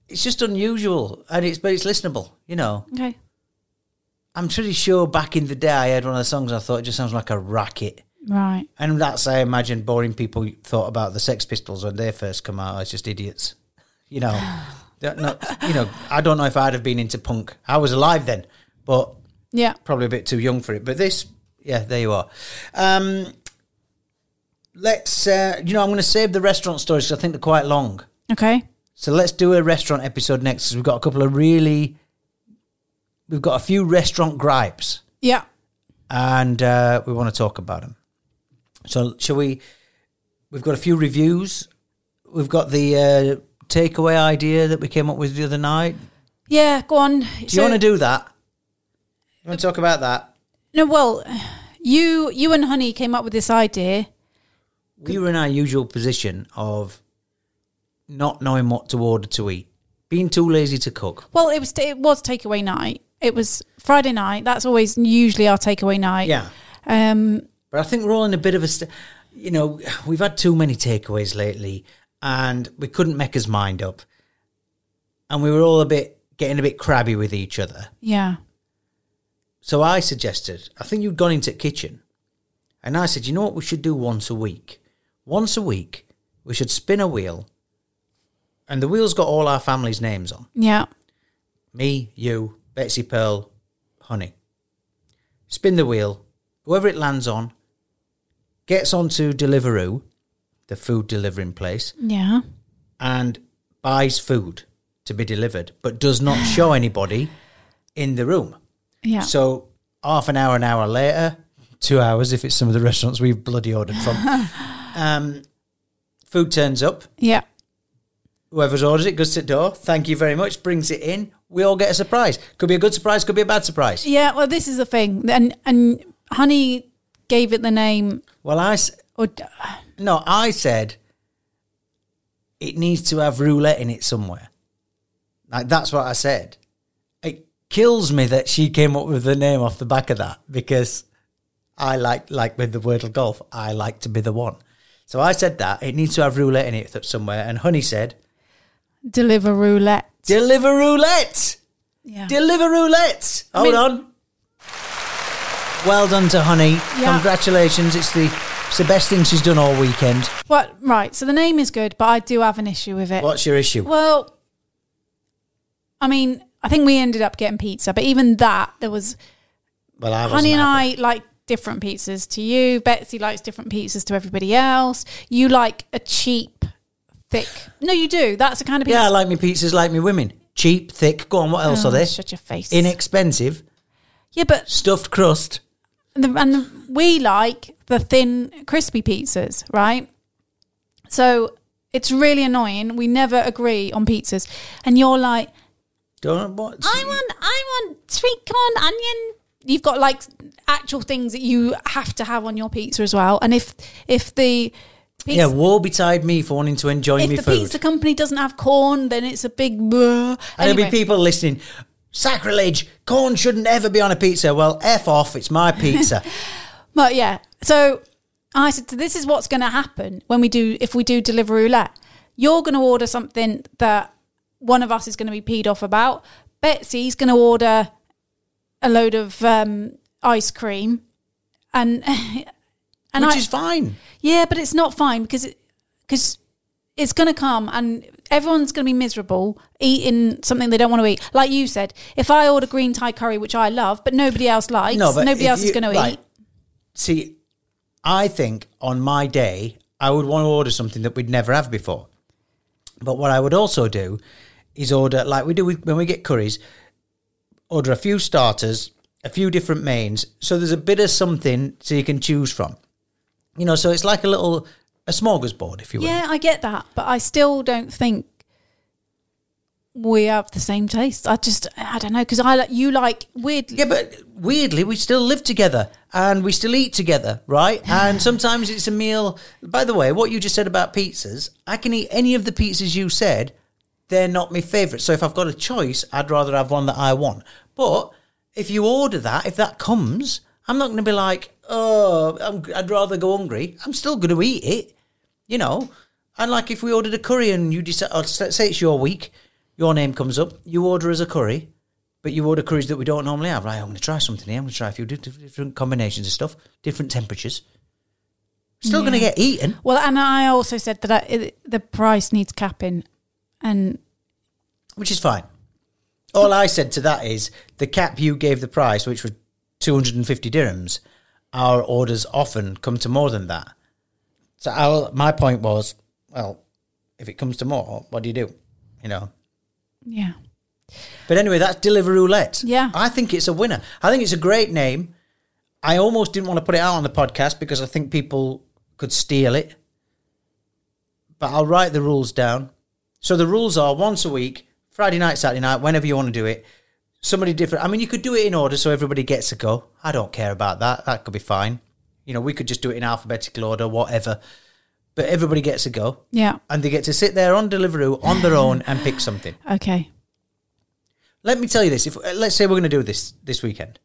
[SPEAKER 6] It's just unusual, and it's but it's listenable. You know,
[SPEAKER 7] Okay.
[SPEAKER 6] I'm pretty sure back in the day I heard one of the songs. and I thought it just sounds like a racket,
[SPEAKER 7] Right.
[SPEAKER 6] and that's I imagine boring people thought about the Sex Pistols when they first come out. It's just idiots, you know. They're not, you know, I don't know if I'd have been into punk. I was alive then, but
[SPEAKER 7] Yeah.
[SPEAKER 6] probably a bit too young for it. But this, yeah, there you are. Um, let's, uh, you know, I'm going to save the restaurant stories 'cause I think they're quite long.
[SPEAKER 7] Okay.
[SPEAKER 6] So let's do a restaurant episode next 'cause we've got a couple of really, we've got a few restaurant gripes
[SPEAKER 7] Yeah.
[SPEAKER 6] and uh, we want to talk about them. So shall we? We've got a few reviews. We've got the uh, takeaway idea that we came up with the other night.
[SPEAKER 7] Yeah. Go on. Do
[SPEAKER 6] Do you want to do that? You want to talk about that?
[SPEAKER 7] No. Well, you you and Honey came up with this idea.
[SPEAKER 6] we were in our usual position of not knowing what to order to eat, being too lazy to cook.
[SPEAKER 7] Well, it was it was takeaway night, It was Friday night. That's always usually our takeaway night.
[SPEAKER 6] Yeah.
[SPEAKER 7] Um,
[SPEAKER 6] But I think we're all in a bit of a, st- you know, we've had too many takeaways lately, and we couldn't make his mind up, and we were all a bit getting a bit crabby with each other.
[SPEAKER 7] yeah.
[SPEAKER 6] So I suggested, I think you'd gone into the kitchen, and I said, you know what we should do once a week? Once a week, we should spin a wheel, and the wheel's got all our family's names on.
[SPEAKER 7] Yeah.
[SPEAKER 6] me, you, Betsy Pearl, Honey. Spin the wheel. Whoever it lands on gets onto Deliveroo, the food delivering place,
[SPEAKER 7] Yeah.
[SPEAKER 6] and buys food to be delivered, but does not show anybody in the room.
[SPEAKER 7] Yeah.
[SPEAKER 6] So half an hour, an hour later, two hours if it's some of the restaurants we've bloody ordered from, um, food turns up.
[SPEAKER 7] yeah.
[SPEAKER 6] Whoever's ordered it goes to the door. Thank you very much. Brings it in. We all get a surprise. Could be a good surprise. Could be a bad surprise.
[SPEAKER 7] Yeah. Well, this is the thing. And, and Honey gave it the name.
[SPEAKER 6] Well, I s-
[SPEAKER 7] Or,
[SPEAKER 6] no, I said it needs to have roulette in it somewhere. Like that's what I said. It kills me that she came up with the name off the back of that because I like like with the wordle golf, I like to be the one. So I said that it needs to have roulette in it somewhere, and Honey said,
[SPEAKER 7] Deliver roulette.
[SPEAKER 6] "Deliver roulette."
[SPEAKER 7] Yeah.
[SPEAKER 6] Deliver roulette.
[SPEAKER 7] I
[SPEAKER 6] Hold
[SPEAKER 7] mean-
[SPEAKER 6] on. Well done to Honey.
[SPEAKER 7] Yeah.
[SPEAKER 6] Congratulations. It's the it's the best thing she's done all weekend.
[SPEAKER 7] Well, right. So the name is good, but I do have an issue with it.
[SPEAKER 6] What's your issue?
[SPEAKER 7] Well, I mean, I think we ended up getting pizza, but even that, there was
[SPEAKER 6] Well, I
[SPEAKER 7] Honey and I like different pizzas to you. Betsy likes different pizzas to everybody else. You like a cheap, thick. No, you do. That's the kind of pizza.
[SPEAKER 6] Yeah, I like me pizzas, like me women. Cheap, thick. Go on. What else
[SPEAKER 7] Oh,
[SPEAKER 6] are they?
[SPEAKER 7] Shut your face.
[SPEAKER 6] Inexpensive,
[SPEAKER 7] yeah, but
[SPEAKER 6] stuffed crust.
[SPEAKER 7] the, and the, we like the thin, crispy pizzas, right? So it's really annoying. We never agree on pizzas, and you're like,
[SPEAKER 6] Don't what?
[SPEAKER 7] I want, I want sweet corn onion. You've got like actual things that you have to have on your pizza as well. And if if the pizza,
[SPEAKER 6] Yeah, woe betide me for wanting to enjoy
[SPEAKER 7] if
[SPEAKER 6] me
[SPEAKER 7] the
[SPEAKER 6] food.
[SPEAKER 7] pizza company doesn't have corn, then it's a big. Blah.
[SPEAKER 6] And
[SPEAKER 7] Anyway,
[SPEAKER 6] there'll be people listening. Sacrilege! Corn shouldn't ever be on a pizza. Well, f off. It's my pizza.
[SPEAKER 7] but yeah, so I said, so this is what's going to happen when we do if we do deliver roulette. You're going to order something that one of us is going to be peed off about. Betsy's going to order a load of um, ice cream, and and
[SPEAKER 6] which
[SPEAKER 7] I,
[SPEAKER 6] is fine.
[SPEAKER 7] Yeah, but it's not fine because it, cause it's going to come and everyone's going to be miserable eating something they don't want to eat. Like you said, if I order green Thai curry, which I love, but nobody else likes, nobody
[SPEAKER 6] if
[SPEAKER 7] else is
[SPEAKER 6] you-
[SPEAKER 7] going to
[SPEAKER 6] right.
[SPEAKER 7] eat.
[SPEAKER 6] See, I think on my day, I would want to order something that we'd never have before. But what I would also do is order, like we do with, when we get curries, order a few starters, a few different mains. So there's a bit of something so you can choose from. You know, so it's like a little, a smorgasbord, if you will.
[SPEAKER 7] Yeah, I get that, but I still don't think we have the same taste. I just, I don't know, because I like you like weird.
[SPEAKER 6] Yeah, but weirdly, we still live together and we still eat together, right? And sometimes it's a meal. By the way, what you just said about pizzas, I can eat any of the pizzas you said. They're not my favourite. So if I've got a choice, I'd rather have one that I want. But if you order that, if that comes, I'm not going to be like, oh, I'm, I'd rather go hungry. I'm still going to eat it, you know? And like if we ordered a curry and you decide, or s- say it's your week, your name comes up, you order us a curry but you order curries that we don't normally have. Right, I'm going to try something here. I'm going to try a few di- di- different combinations of stuff, different temperatures. Still going to
[SPEAKER 7] Yeah.
[SPEAKER 6] get eaten.
[SPEAKER 7] Well, and I also said that I, it, the price needs capping, and
[SPEAKER 6] which is fine. All I said to that is the cap you gave the price, which was 250 dirhams, our orders often come to more than that. So I'll, my point was, well, if it comes to more, what do you do? You know.
[SPEAKER 7] yeah,
[SPEAKER 6] But anyway, that's Deliver Roulette.
[SPEAKER 7] Yeah.
[SPEAKER 6] I think it's a winner. I think it's a great name. I almost didn't want to put it out on the podcast because I think people could steal it. But I'll write the rules down. So the rules are once a week, Friday night, Saturday night, whenever you want to do it. Somebody different. I mean, you could do it in order so everybody gets a go. I don't care about that. That could be fine. You know, we could just do it in alphabetical order, whatever. But everybody gets a go.
[SPEAKER 7] yeah,
[SPEAKER 6] And they get to sit there on Deliveroo on their own and pick something.
[SPEAKER 7] okay.
[SPEAKER 6] Let me tell you this. If uh, let's say we're going to do this this weekend,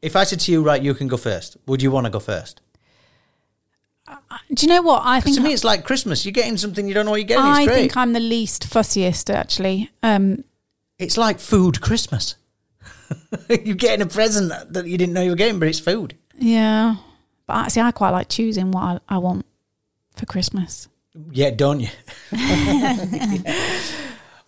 [SPEAKER 6] if I said to you, right, you can go first. Would you want to go first?
[SPEAKER 7] Do you know what? I
[SPEAKER 6] Because
[SPEAKER 7] think
[SPEAKER 6] to me, it's like Christmas. You're getting something you don't know what you're getting. It's
[SPEAKER 7] I
[SPEAKER 6] great.
[SPEAKER 7] think I'm the least fussiest actually. Um,
[SPEAKER 6] it's like food Christmas. you're getting a present that you didn't know you were getting, but it's food.
[SPEAKER 7] yeah, but actually, I quite like choosing what I, I want for Christmas.
[SPEAKER 6] Yeah, don't you?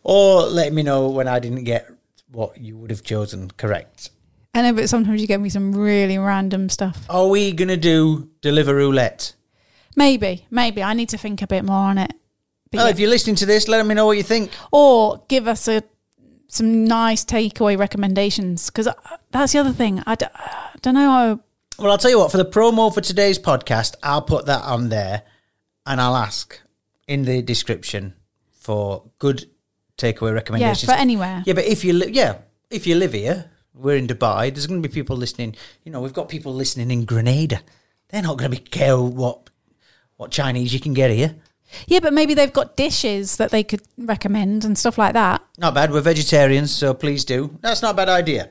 [SPEAKER 6] Or let me know when I didn't get what you would have chosen correct.
[SPEAKER 7] I know, but sometimes you get me some really random stuff.
[SPEAKER 6] Are we going to do deliver roulette?
[SPEAKER 7] Maybe, maybe I need to think a bit more on it. But
[SPEAKER 6] Well,
[SPEAKER 7] yeah.
[SPEAKER 6] Oh, if you're listening to this, let me know what you think.
[SPEAKER 7] or give us a some nice takeaway recommendations because that's the other thing. I, d- I don't know. How,
[SPEAKER 6] Well, I'll tell you what, for the promo for today's podcast, I'll put that on there and I'll ask in the description for good takeaway
[SPEAKER 7] yeah,
[SPEAKER 6] recommendations.
[SPEAKER 7] for anywhere.
[SPEAKER 6] Yeah, but if you li- yeah, if you live here, we're in Dubai. There's going to be people listening. You know, we've got people listening in Grenada. They're not going to be care what what Chinese you can get here.
[SPEAKER 7] Yeah, but maybe they've got dishes that they could recommend and stuff like that.
[SPEAKER 6] Not bad. We're vegetarians, so please do. That's not a bad idea.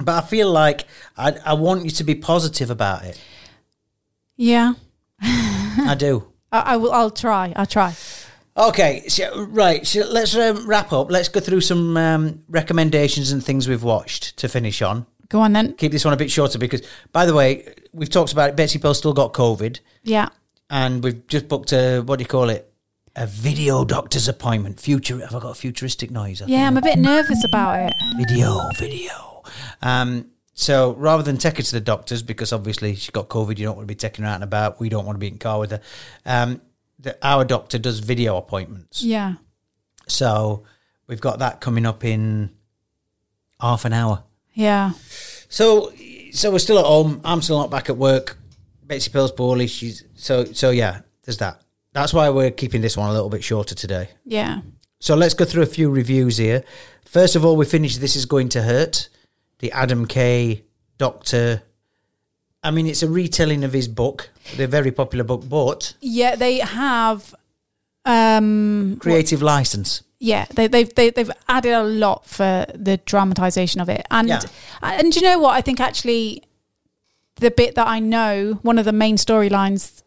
[SPEAKER 6] But I feel like I, I want you to be positive about it.
[SPEAKER 7] Yeah,
[SPEAKER 6] I do.
[SPEAKER 7] I, I will. I'll try. I'll try.
[SPEAKER 6] Okay, so, right. So let's um, wrap up. Let's go through some um, recommendations and things we've watched to finish on.
[SPEAKER 7] Go on then.
[SPEAKER 6] Keep this one a bit shorter because, by the way, we've talked about it. Betsy Bell still got COVID,
[SPEAKER 7] Yeah.
[SPEAKER 6] and we've just booked a what do you call it? A video doctor's appointment. Future. Have I got a futuristic noise? I
[SPEAKER 7] Yeah, I'm a bit nervous about it.
[SPEAKER 6] video, video. Um, so rather than take her to the doctors, because obviously she's got COVID, you don't want to be taking her out and about. We don't want to be in the car with her. Um, the, our doctor does video appointments.
[SPEAKER 7] Yeah.
[SPEAKER 6] So we've got that coming up in half an hour.
[SPEAKER 7] Yeah.
[SPEAKER 6] So so we're still at home. I'm still not back at work. Betsy Pill's poorly. She's so so yeah. There's that. That's why we're keeping this one a little bit shorter today.
[SPEAKER 7] Yeah.
[SPEAKER 6] So let's go through a few reviews here. First of all, we finished This Is Going to Hurt, the Adam Kay Doctor. I mean, it's a retelling of his book, the very popular book, but
[SPEAKER 7] Yeah, they have um
[SPEAKER 6] creative license.
[SPEAKER 7] yeah, they they've they, they've added a lot for the dramatization of it. And uh,
[SPEAKER 6] Yeah.
[SPEAKER 7] and do you know what? I think actually the bit that I know, one of the main storylines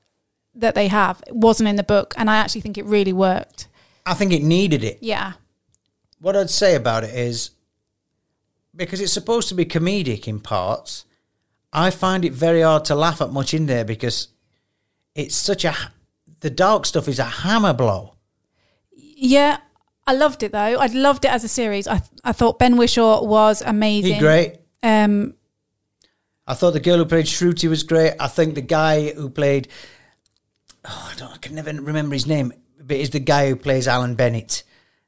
[SPEAKER 7] that they have wasn't in the book and I actually think it really worked.
[SPEAKER 6] I think it needed it.
[SPEAKER 7] Yeah.
[SPEAKER 6] What I'd say about it is because it's supposed to be comedic in parts, I find it very hard to laugh at much in there because it's such a. The dark stuff is a hammer blow.
[SPEAKER 7] Yeah. I loved it though. I loved it as a series. I I thought Ben Wishaw was amazing.
[SPEAKER 6] He great.
[SPEAKER 7] Um
[SPEAKER 6] I thought the girl who played Shruti was great. I think the guy who played, oh, I, don't, I can never remember his name, but it's the guy who plays Alan Bennett.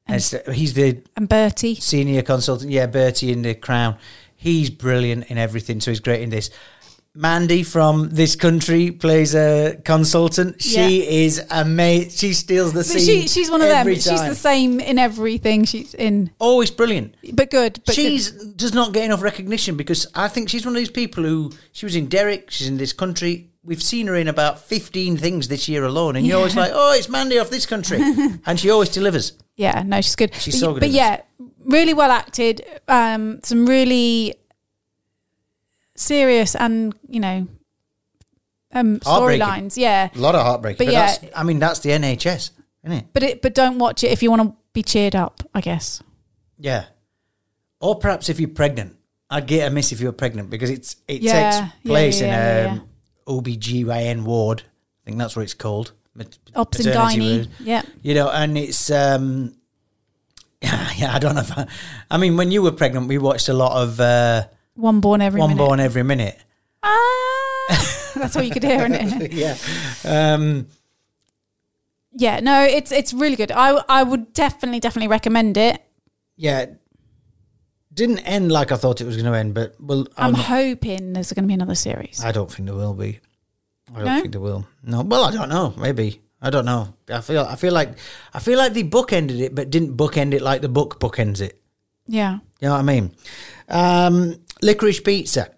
[SPEAKER 6] And it's- he's the
[SPEAKER 7] and Bertie.
[SPEAKER 6] senior consultant. Yeah, Bertie in the Crown. He's brilliant in everything, so he's great in this. Mandy from this country plays a consultant. She is amazing. She steals the
[SPEAKER 7] But
[SPEAKER 6] scene.
[SPEAKER 7] she, she's one of them.
[SPEAKER 6] every
[SPEAKER 7] She's
[SPEAKER 6] time.
[SPEAKER 7] the same in everything she's in.
[SPEAKER 6] Always brilliant.
[SPEAKER 7] But good. But good.
[SPEAKER 6] she's does not get enough recognition because I think she's one of these people who she was in Derek, she's in this country. We've seen her in about fifteen things this year alone, and you're always like, "Oh, it's Mandy off this country," and she always delivers.
[SPEAKER 7] Yeah, no, she's good.
[SPEAKER 6] She's
[SPEAKER 7] but,
[SPEAKER 6] so good
[SPEAKER 7] But
[SPEAKER 6] in
[SPEAKER 7] yeah, really well acted. Um, some really serious and you know um,
[SPEAKER 6] Heartbreaking.
[SPEAKER 7] storylines. Yeah,
[SPEAKER 6] A lot of heartbreak,
[SPEAKER 7] But
[SPEAKER 6] but,
[SPEAKER 7] yeah.
[SPEAKER 6] that's, I mean, that's the NHS, isn't it?
[SPEAKER 7] but it but don't watch it if you want to be cheered up. I guess.
[SPEAKER 6] Yeah, or perhaps if you're pregnant, I'd get a miss if you were pregnant because it's it
[SPEAKER 7] Yeah, yeah,
[SPEAKER 6] takes place
[SPEAKER 7] yeah, yeah,
[SPEAKER 6] in um, a OBGYN ward. I think that's what it's called. mat-
[SPEAKER 7] Ops and
[SPEAKER 6] maternity
[SPEAKER 7] gynae.
[SPEAKER 6] ward.
[SPEAKER 7] Yeah,
[SPEAKER 6] you know, and it's um, yeah, I don't know. If I, I mean, when you were pregnant, we watched a lot of uh,
[SPEAKER 7] one born every
[SPEAKER 6] One
[SPEAKER 7] minute.
[SPEAKER 6] Born Every Minute.
[SPEAKER 7] Ah, that's all you could hear in it.
[SPEAKER 6] Yeah, um,
[SPEAKER 7] Yeah, no, it's it's really good. I I would definitely definitely recommend it.
[SPEAKER 6] yeah. Didn't end like I thought it was going to end, but well, I'll
[SPEAKER 7] I'm
[SPEAKER 6] not-
[SPEAKER 7] hoping there's going to be another series.
[SPEAKER 6] I don't think there will be. I don't
[SPEAKER 7] No?
[SPEAKER 6] think there will. No. Well, I don't know. Maybe I don't know. I feel. I feel like. I feel like the book ended it, but didn't bookend it like the book bookends it.
[SPEAKER 7] Yeah.
[SPEAKER 6] You know what I mean? Um, Licorice Pizza.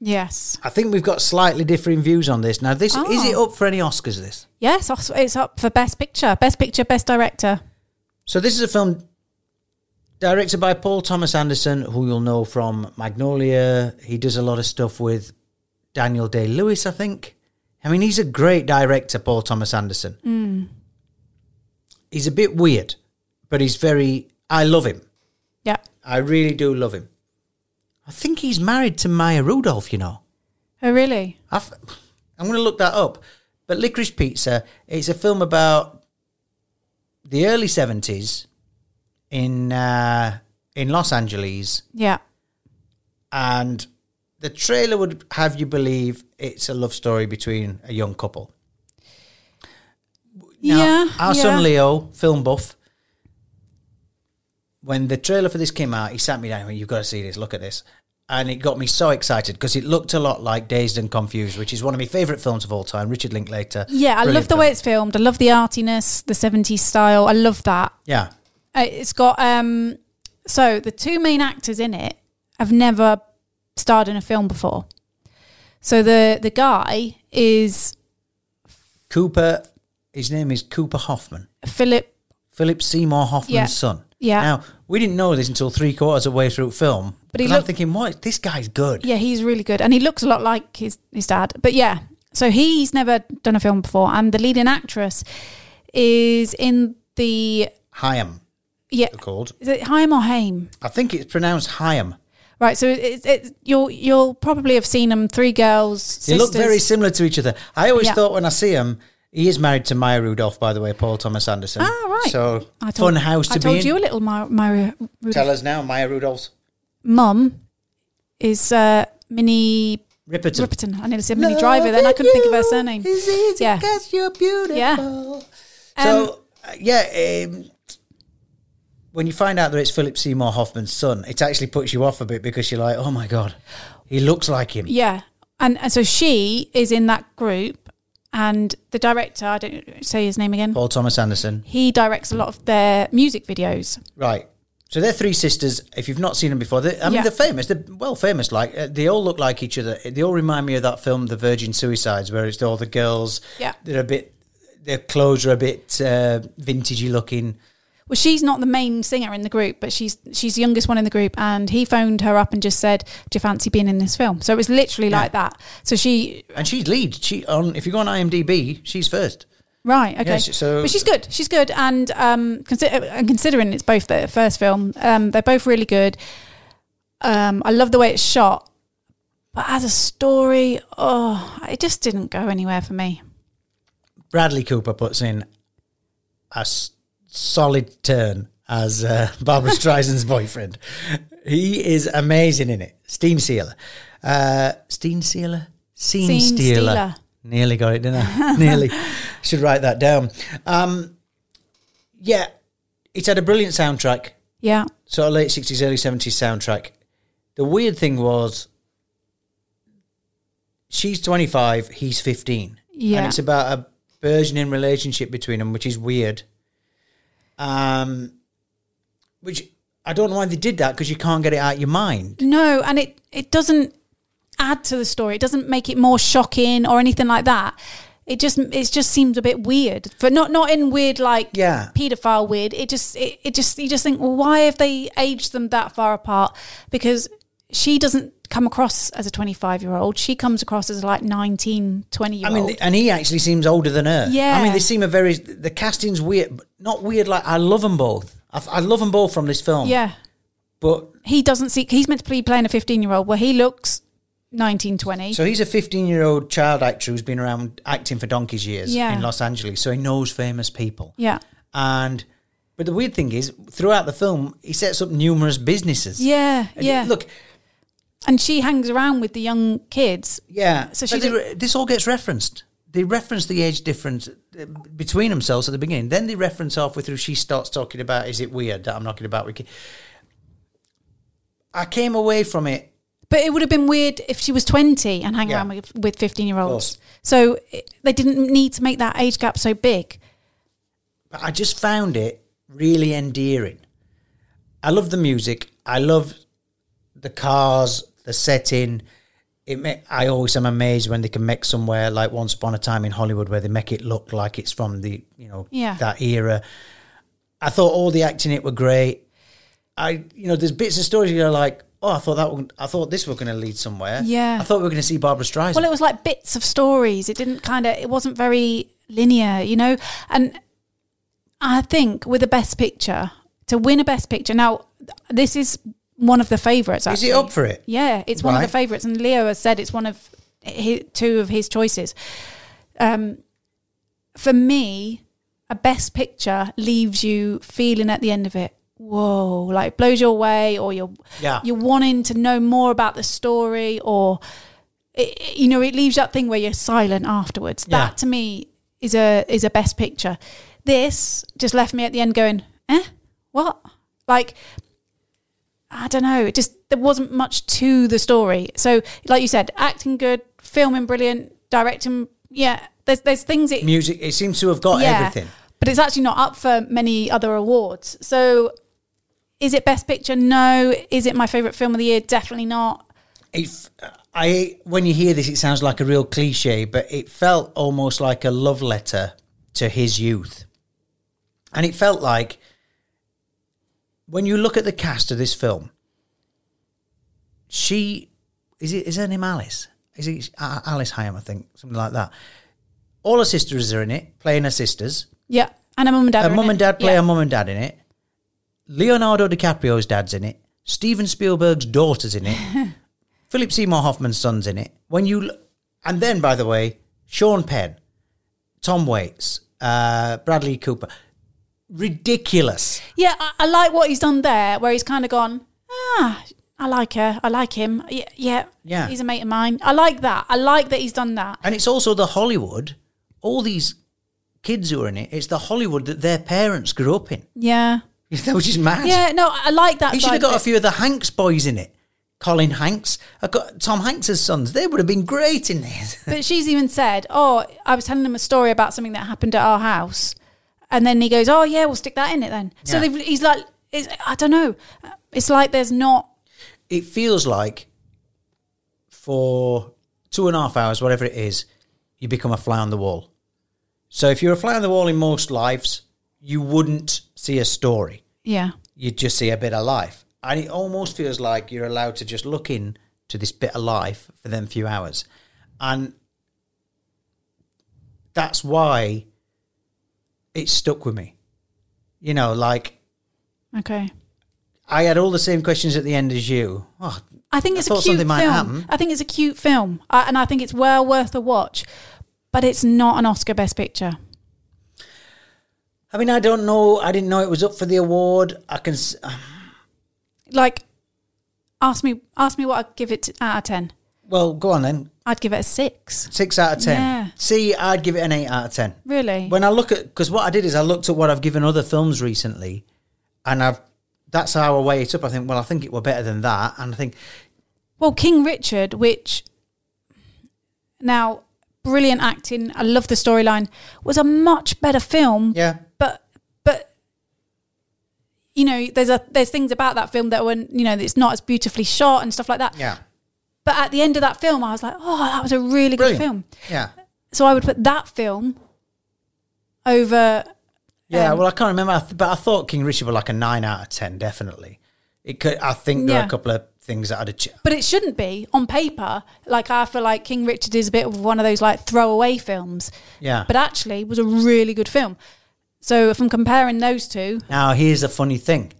[SPEAKER 7] Yes.
[SPEAKER 6] I think we've got slightly differing views on this. Now, this is it
[SPEAKER 7] Oh.
[SPEAKER 6] up for any Oscars? This.
[SPEAKER 7] Yes, Os- it's up for Best Picture, Best Picture, Best Director.
[SPEAKER 6] So this is a film Directed by Paul Thomas Anderson, who you'll know from Magnolia. He does a lot of stuff with Daniel Day Lewis, I think. I mean, he's a great director, Paul Thomas Anderson. He's a bit weird, but he's very. I love him.
[SPEAKER 7] Yeah.
[SPEAKER 6] I really do love him. I think he's married to Maya Rudolph, you know.
[SPEAKER 7] Oh, really?
[SPEAKER 6] I've, I'm going to look that up. But Licorice Pizza, it's a film about the early 70s in uh, in Los Angeles,
[SPEAKER 7] Yeah.
[SPEAKER 6] and the trailer would have you believe it's a love story between a young couple.
[SPEAKER 7] yeah.
[SPEAKER 6] our
[SPEAKER 7] yeah.
[SPEAKER 6] son Leo, film buff, when the trailer for this came out, he sat me down and went, "You've got to see this. Look at this." And it got me so excited because it looked a lot like Dazed and Confused, which is one of my favourite films of all time. Richard Linklater.
[SPEAKER 7] Yeah, I love
[SPEAKER 6] Brilliant
[SPEAKER 7] the way
[SPEAKER 6] film.
[SPEAKER 7] it's filmed. I love the artiness, the 70s style. I love that.
[SPEAKER 6] Yeah,
[SPEAKER 7] Uh, It's got um so the two main actors in it have never starred in a film before. So the the guy is
[SPEAKER 6] Cooper. His name is Cooper Hoffman.
[SPEAKER 7] Philip
[SPEAKER 6] Philip Seymour Hoffman's
[SPEAKER 7] Yeah.
[SPEAKER 6] son.
[SPEAKER 7] Yeah.
[SPEAKER 6] Now we didn't know this until three quarters of the way through film.
[SPEAKER 7] But he
[SPEAKER 6] 'cause I'm
[SPEAKER 7] looked-
[SPEAKER 6] thinking, what? This guy's good.
[SPEAKER 7] Yeah, he's really good. And he looks a lot like his, his dad. But yeah, so he's never done a film before. And the leading actress is in the.
[SPEAKER 6] Hyam
[SPEAKER 7] Yeah.
[SPEAKER 6] called.
[SPEAKER 7] Is it Haim or Haim?
[SPEAKER 6] I think it's pronounced Hyam.
[SPEAKER 7] Right. So it's, it's, you'll, you'll probably have seen them Three girls. Sisters.
[SPEAKER 6] They look very similar to each other. I always
[SPEAKER 7] Yeah.
[SPEAKER 6] thought when I see him, he is married to Maya Rudolph, by the way, Paul Thomas Anderson.
[SPEAKER 7] Ah, right.
[SPEAKER 6] So
[SPEAKER 7] I told-
[SPEAKER 6] fun house to
[SPEAKER 7] I
[SPEAKER 6] be
[SPEAKER 7] told
[SPEAKER 6] in.
[SPEAKER 7] you a little, Myra. Myra
[SPEAKER 6] Tell us now, Maya Rudolph's
[SPEAKER 7] Mum is uh, Minnie
[SPEAKER 6] Ripperton.
[SPEAKER 7] Riperton. I nearly said Minnie Driver then. I couldn't think of her surname. Yeah.
[SPEAKER 6] because you're beautiful.
[SPEAKER 7] Yeah. Um,
[SPEAKER 6] So uh, yeah, um, when you find out that it's Philip Seymour Hoffman's son, it actually puts you off a bit because you're like, oh my god, he looks like him.
[SPEAKER 7] Yeah, and, and so she is in that group, and the director I don't say his name again.
[SPEAKER 6] Paul Thomas Anderson,
[SPEAKER 7] He directs a lot of their music videos.
[SPEAKER 6] right? So they're three sisters. If you've not seen them before, they, I mean,
[SPEAKER 7] Yeah.
[SPEAKER 6] they're famous. They're well famous. Like uh, they all look like each other. They all remind me of that film, The Virgin Suicides, where it's all the girls.
[SPEAKER 7] Yeah.
[SPEAKER 6] they're a bit. Their clothes are a bit uh, vintagey looking.
[SPEAKER 7] Well, she's not the main singer in the group, but she's she's the youngest one in the group, and he phoned her up and just said, "Do you fancy being in this film?" So it was literally like that. So she,
[SPEAKER 6] And she's lead. She on if you go on IMDb, she's first.
[SPEAKER 7] right, okay,
[SPEAKER 6] Yes, so-
[SPEAKER 7] but she's good. She's good, and um, consider and considering it's both their first film, um, they're both really good. Um, I love the way it's shot, but as a story, oh, it just didn't go anywhere for me.
[SPEAKER 6] Bradley Cooper puts in a s- solid turn as uh, Barbara Streisand's boyfriend. He is amazing in it. Steam sealer, uh, steam sealer, scene,
[SPEAKER 7] Scene
[SPEAKER 6] stealer.
[SPEAKER 7] stealer.
[SPEAKER 6] Nearly got it, didn't I? Nearly. Should write that down. Um, yeah, it's had a brilliant soundtrack.
[SPEAKER 7] Yeah,
[SPEAKER 6] sort of late sixties, early seventies soundtrack. The weird thing was, she's twenty five, he's fifteen,
[SPEAKER 7] Yeah.
[SPEAKER 6] and it's about a burgeoning relationship between them, which is weird. Um, which I don't know why they did that because you can't get it out of your mind.
[SPEAKER 7] no, and it it doesn't add to the story. It doesn't make it more shocking or anything like that. It just it just seems a bit weird, but not not in weird like
[SPEAKER 6] Yeah.
[SPEAKER 7] paedophile weird. It just it, it just you just think, well, why have they aged them that far apart? Because she doesn't come across as a 25 year old. She comes across as like 19, 20 year
[SPEAKER 6] I
[SPEAKER 7] old.
[SPEAKER 6] mean, and he actually seems older than her. I
[SPEAKER 7] Yeah.
[SPEAKER 6] mean, they seem a very the casting's weird, but not weird. Like I love them both. I, I love them both from this film.
[SPEAKER 7] yeah.
[SPEAKER 6] but
[SPEAKER 7] He doesn't see he's meant to be playing a 15 year old where he looks 19, 20.
[SPEAKER 6] So he's a 15 year old child actor who's been around acting for donkey's years
[SPEAKER 7] Yeah.
[SPEAKER 6] in Los Angeles. So he knows famous people.
[SPEAKER 7] yeah.
[SPEAKER 6] And, but the weird thing is, throughout the film, he sets up numerous businesses.
[SPEAKER 7] Yeah,
[SPEAKER 6] And
[SPEAKER 7] yeah.
[SPEAKER 6] Look,
[SPEAKER 7] and she hangs around with the young kids.
[SPEAKER 6] yeah.
[SPEAKER 7] So
[SPEAKER 6] So
[SPEAKER 7] she
[SPEAKER 6] she this all gets referenced. They reference the age difference uh, between themselves at the beginning. Then they reference halfway through. She starts talking about, is it weird that I'm knocking about with kids? I came away from it.
[SPEAKER 7] But it would have been weird if she was 20 and hang
[SPEAKER 6] Yeah.
[SPEAKER 7] around with, with 15 year olds.
[SPEAKER 6] Of course.
[SPEAKER 7] So it, they didn't need to make that age gap so big.
[SPEAKER 6] but I just found it really endearing. I love the music. I love the cars, the setting. It ma- I always am amazed when they can make somewhere like Once Upon a Time in Hollywood, where they make it look like it's from the you know
[SPEAKER 7] Yeah.
[SPEAKER 6] that era. I thought all the acting in it were great. I, you know, there's bits of stories you're like, oh, I thought that, one, I thought this was going to lead somewhere.
[SPEAKER 7] Yeah.
[SPEAKER 6] I thought we were going to see Barbara Streisand.
[SPEAKER 7] Well, it was like bits of stories. It didn't kind of, it wasn't very linear, you know? And I think with a best picture, to win a best picture, now, this is one of the favourites,
[SPEAKER 6] Is
[SPEAKER 7] actually.
[SPEAKER 6] it up for it?
[SPEAKER 7] Yeah, it's one of the
[SPEAKER 6] Right.
[SPEAKER 7] favourites. And Leo has said it's one of hi two of his choices. Um, for me, a best picture leaves you feeling at the end of it, whoa, like blows you away, or you're
[SPEAKER 6] Yeah.
[SPEAKER 7] you're wanting to know more about the story, or it, you know, it leaves that thing where you're silent afterwards.
[SPEAKER 6] Yeah.
[SPEAKER 7] That to me is a is a best picture. This just left me at the end going, eh, what? Like, I don't know. It just there wasn't much to the story. So, like you said, acting good, filming brilliant, directing, yeah. There's there's things it
[SPEAKER 6] Music, it seems to have got
[SPEAKER 7] Yeah.
[SPEAKER 6] everything.
[SPEAKER 7] but it's actually not up for many other awards. So, is it Best Picture? No. Is it my favourite film of the year? Definitely not.
[SPEAKER 6] It, I, when you hear this, it sounds like a real cliche, but it felt almost like a love letter to his youth. And it felt like when you look at the cast of this film, she is it is her name Alice? Is it A- Alice Hyam? I think something like that. All her sisters are in it, playing her sisters.
[SPEAKER 7] Yeah, and a mum and dad.
[SPEAKER 6] Her
[SPEAKER 7] are in
[SPEAKER 6] mum
[SPEAKER 7] it.
[SPEAKER 6] and dad play
[SPEAKER 7] Yeah.
[SPEAKER 6] her mum and dad in it. Leonardo DiCaprio's dad's in it. Steven Spielberg's daughter's in it. Philip Seymour Hoffman's son's in it. When you l- and then, by the way, Sean Penn, Tom Waits, uh, Bradley Cooper, ridiculous.
[SPEAKER 7] Yeah, I, I like what he's done there, where he's kind of gone. Ah, I like her. I like him. Yeah, yeah,
[SPEAKER 6] Yeah.
[SPEAKER 7] He's a mate of mine. I like that. I like that he's done that.
[SPEAKER 6] And it's also the Hollywood. All these kids who are in it, it's the Hollywood that their parents grew up in,
[SPEAKER 7] Yeah,
[SPEAKER 6] which is mad.
[SPEAKER 7] yeah. No, I like that.
[SPEAKER 6] He should have
[SPEAKER 7] side
[SPEAKER 6] got
[SPEAKER 7] of
[SPEAKER 6] a
[SPEAKER 7] it.
[SPEAKER 6] few of the Hanks boys in it. Colin Hanks, I got Tom Hanks' sons. They would have been great in this.
[SPEAKER 7] But she's even said, "Oh, I was telling him a story about something that happened at our house," and then he goes, "Oh yeah, we'll stick that in it then." So
[SPEAKER 6] Yeah.
[SPEAKER 7] they've, he's like, it's, "I don't know." It's like there's not.
[SPEAKER 6] It feels like for two and a half hours, whatever it is, you become a fly on the wall. So if you're a fly on the wall in most lives, you wouldn't see a story.
[SPEAKER 7] Yeah,
[SPEAKER 6] you just see a bit of life. And it almost feels like you're allowed to just look in to this bit of life for them few hours. And that's why it stuck with me. You know, like
[SPEAKER 7] okay.
[SPEAKER 6] I had all the same questions at the end as you. Oh,
[SPEAKER 7] I think
[SPEAKER 6] I
[SPEAKER 7] it's a
[SPEAKER 6] thought
[SPEAKER 7] cute
[SPEAKER 6] something
[SPEAKER 7] film.
[SPEAKER 6] might happen.
[SPEAKER 7] I think it's a cute film, I, and I think it's well worth a watch. But it's not an Oscar Best Picture.
[SPEAKER 6] I mean, I don't know. I didn't know it was up for the award. I can. s-
[SPEAKER 7] Like, ask me, ask me what I'd give it t- out of ten.
[SPEAKER 6] Well, go on then.
[SPEAKER 7] I'd give it a six.
[SPEAKER 6] Six out of ten.
[SPEAKER 7] Yeah.
[SPEAKER 6] See, I'd give it an eight out of ten.
[SPEAKER 7] Really?
[SPEAKER 6] when I look at because what I did is I looked at what I've given other films recently, and I've that's how I weigh it up. I think well, I think it were better than that, and I think
[SPEAKER 7] Well, King Richard, which now brilliant acting, I love the storyline, was a much better film.
[SPEAKER 6] yeah,
[SPEAKER 7] But but you know, there's a there's things about that film that were you know it's not as beautifully shot and stuff like that.
[SPEAKER 6] yeah,
[SPEAKER 7] But at the end of that film, I was like, oh, that was a really
[SPEAKER 6] brilliant
[SPEAKER 7] good film.
[SPEAKER 6] yeah,
[SPEAKER 7] So I would put that film over.
[SPEAKER 6] yeah.
[SPEAKER 7] Um,
[SPEAKER 6] well, I can't remember, I th- but I thought King Richard were like a nine out of ten, definitely. It could. I think there are
[SPEAKER 7] Yeah.
[SPEAKER 6] a couple of things that I'd. Ach-
[SPEAKER 7] But it shouldn't be on paper. Like I feel like King Richard is a bit of one of those like throwaway films.
[SPEAKER 6] yeah.
[SPEAKER 7] but actually was a really good film. So if I'm comparing those two,
[SPEAKER 6] now here's a funny thing.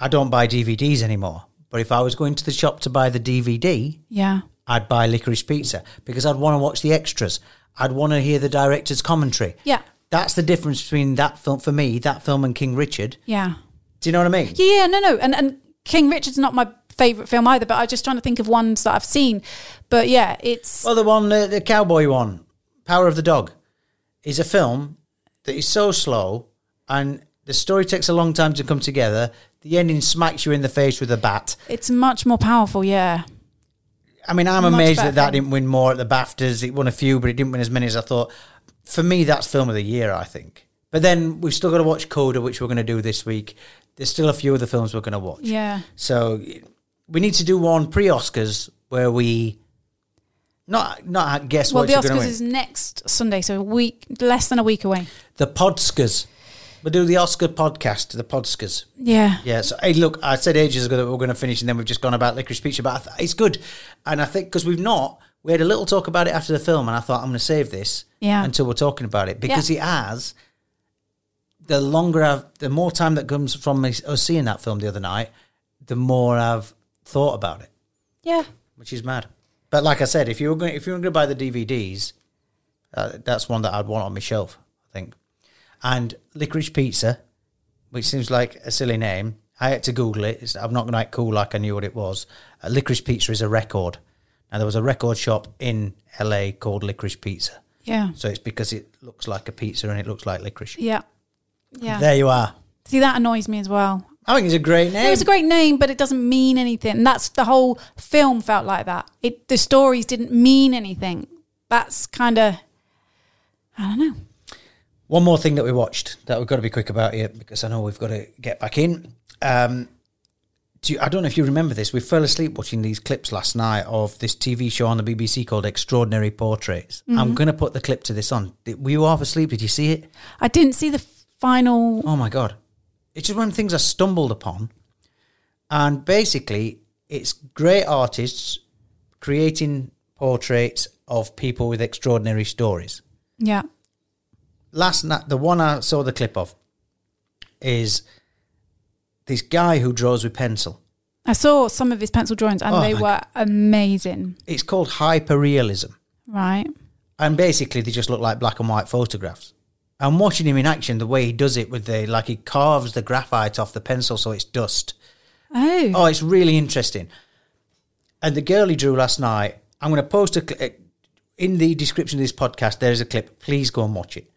[SPEAKER 6] I don't buy DVDs anymore, but if I was going to the shop to buy the DVD,
[SPEAKER 7] yeah,
[SPEAKER 6] I'd buy Licorice Pizza because I'd want to watch the extras. I'd want to hear the director's commentary.
[SPEAKER 7] yeah,
[SPEAKER 6] That's the difference between that film for me, that film and King Richard.
[SPEAKER 7] yeah,
[SPEAKER 6] Do you know what I mean?
[SPEAKER 7] yeah, yeah. No, no, and and King Richard's not my favorite film either. But I'm just trying to think of ones that I've seen. But yeah, it's
[SPEAKER 6] Well, the one, the, the cowboy one, Power of the Dog, is a film that is so slow and the story takes a long time to come together. The ending smacks you in the face with a bat.
[SPEAKER 7] it's much more powerful. Yeah,
[SPEAKER 6] I mean, I'm
[SPEAKER 7] Much
[SPEAKER 6] amazed
[SPEAKER 7] better
[SPEAKER 6] that that
[SPEAKER 7] film.
[SPEAKER 6] didn't win more at the BAFTAs. It won a few, but it didn't win as many as I thought. For me, that's film of the year, I think. But then we've still got to watch Coda, which we're going to do this week. There's still a few other films we're going to watch.
[SPEAKER 7] yeah.
[SPEAKER 6] So we need to do one pre Oscars where we not not guess
[SPEAKER 7] Well,
[SPEAKER 6] what
[SPEAKER 7] the
[SPEAKER 6] you're going to
[SPEAKER 7] Oscars
[SPEAKER 6] win.
[SPEAKER 7] is next Sunday, so a week less than a week away.
[SPEAKER 6] the Podskers. We'll do the Oscar podcast, the Podskers.
[SPEAKER 7] Yeah.
[SPEAKER 6] Yeah. So, hey, look, I said ages ago that we were going to finish, and then we've just gone about Licorice Pizza, but I th- it's good. And I think because we've not, we had a little talk about it after the film, and I thought I'm going to save this
[SPEAKER 7] Yeah.
[SPEAKER 6] until we're talking about it because it has. The longer I've, the more time that comes from me us seeing that film the other night, the more I've thought about it,
[SPEAKER 7] Yeah.
[SPEAKER 6] which is mad. But like I said, if you were going, if you were going to buy the DVDs, uh, that's one that I'd want on my shelf, I think. And licorice pizza, which seems like a silly name. I had to Google it. It's, I'm not going to act cool like I knew what it was. Uh, licorice pizza is a record. Now there was a record shop in LA called Licorice Pizza,
[SPEAKER 7] Yeah.
[SPEAKER 6] so it's because it looks like a pizza and it looks like licorice.
[SPEAKER 7] Yeah. Yeah.
[SPEAKER 6] There you are.
[SPEAKER 7] See, that annoys me as well.
[SPEAKER 6] I think it's a great name.
[SPEAKER 7] It was a great name, but it doesn't mean anything. And that's the whole film felt like that. It the stories didn't mean anything. That's kind of I don't know.
[SPEAKER 6] One more thing that we watched that we've got to be quick about here because I know we've got to get back in. Um, do you, I don't know if you remember this. We fell asleep watching these clips last night of this TV show on the BBC called Extraordinary Portraits. I'm going to put the clip to this on. Did- Were you half asleep? Did you see it?
[SPEAKER 7] I didn't see the final.
[SPEAKER 6] Oh my god! It's just one of the things I stumbled upon, and basically, it's great artists creating portraits of people with extraordinary stories.
[SPEAKER 7] Yeah.
[SPEAKER 6] last night the one I saw the clip of is this guy who draws with pencil.
[SPEAKER 7] I saw some of his pencil drawings and
[SPEAKER 6] Oh,
[SPEAKER 7] they
[SPEAKER 6] my
[SPEAKER 7] were amazing.
[SPEAKER 6] It's called hyperrealism.
[SPEAKER 7] Right.
[SPEAKER 6] And basically they just look like black and white photographs. And watching him in action, the way he does it with the like he carves the graphite off the pencil so it's dust.
[SPEAKER 7] Oh.
[SPEAKER 6] Oh, it's really interesting. And the girl he drew last night, I'm going to post a cl- in the description of this podcast. There is a clip. Please go and watch it.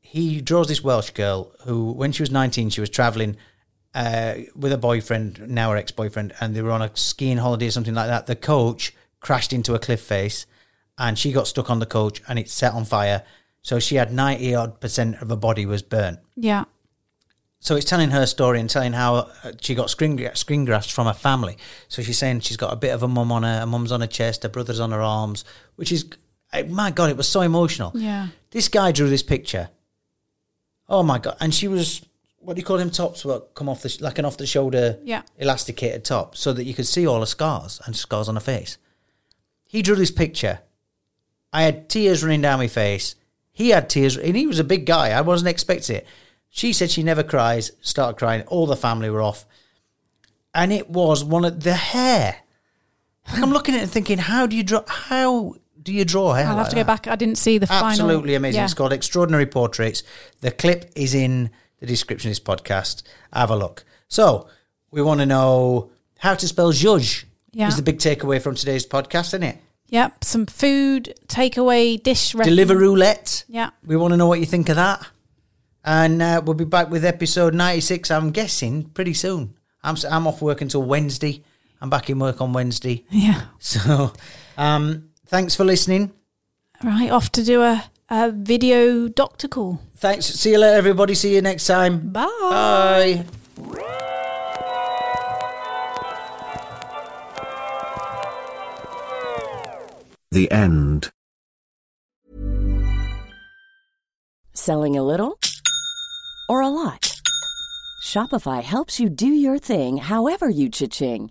[SPEAKER 6] He draws this Welsh girl who, when she was 19, she was traveling uh, with a boyfriend, now her ex-boyfriend, and they were on a skiing holiday or something like that. The coach crashed into a cliff face, and she got stuck on the coach, and it set on fire. So she had 90 odd percent of her body was burnt.
[SPEAKER 7] Yeah.
[SPEAKER 6] So it's telling her story and telling how uh, she got screen gra- screen grafts from her family. So she's saying she's got a bit of a mum on her, a mum's on her chest, her brother's on her arms, which is, eh, my God, it was so emotional.
[SPEAKER 7] Yeah.
[SPEAKER 6] This guy drew this picture. Oh my God. And she was, what do you call them tops? What come off the, sh- like an off the shoulder
[SPEAKER 7] Yeah.
[SPEAKER 6] elasticated top so that you could see all her scars and scars on her face. He drew this picture. I had tears running down my face. He had tears, and he was a big guy. I wasn't expecting it. She said she never cries, started crying. All the family were off. And it was one of the hair. Like, I'm looking at it and thinking, how do you draw? How do you draw hair?
[SPEAKER 7] I'll have
[SPEAKER 6] like
[SPEAKER 7] to go
[SPEAKER 6] that?
[SPEAKER 7] back. I didn't see the final.
[SPEAKER 6] Absolutely amazing.
[SPEAKER 7] Yeah.
[SPEAKER 6] It's called Extraordinary Portraits. The clip is in the description of this podcast. Have a look. So, we want to know how to spell judge.
[SPEAKER 7] Yeah.
[SPEAKER 6] Is the big takeaway from today's podcast, isn't it?
[SPEAKER 7] Yep. Some food takeaway dish. rec-
[SPEAKER 6] Deliver roulette.
[SPEAKER 7] Yeah.
[SPEAKER 6] We want to know what you think of that. And uh, we'll be back with episode 96, I'm guessing, pretty soon. I'm, s- I'm off work until Wednesday. I'm back in work on Wednesday.
[SPEAKER 7] Yeah.
[SPEAKER 6] So, um, thanks for listening.
[SPEAKER 7] Right. Off to do a, a video doctor call.
[SPEAKER 6] Thanks. See you later, everybody. See you next time.
[SPEAKER 7] Bye.
[SPEAKER 6] Bye.
[SPEAKER 9] The end.
[SPEAKER 10] Selling a little or a lot? Shopify helps you do your thing however you cha-ching.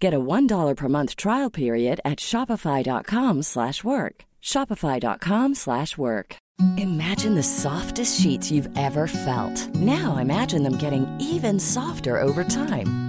[SPEAKER 10] Get a $1 per month trial period at shopify.com/work. shopify.com/work. Imagine the softest sheets you've ever felt. Now imagine them getting even softer over time.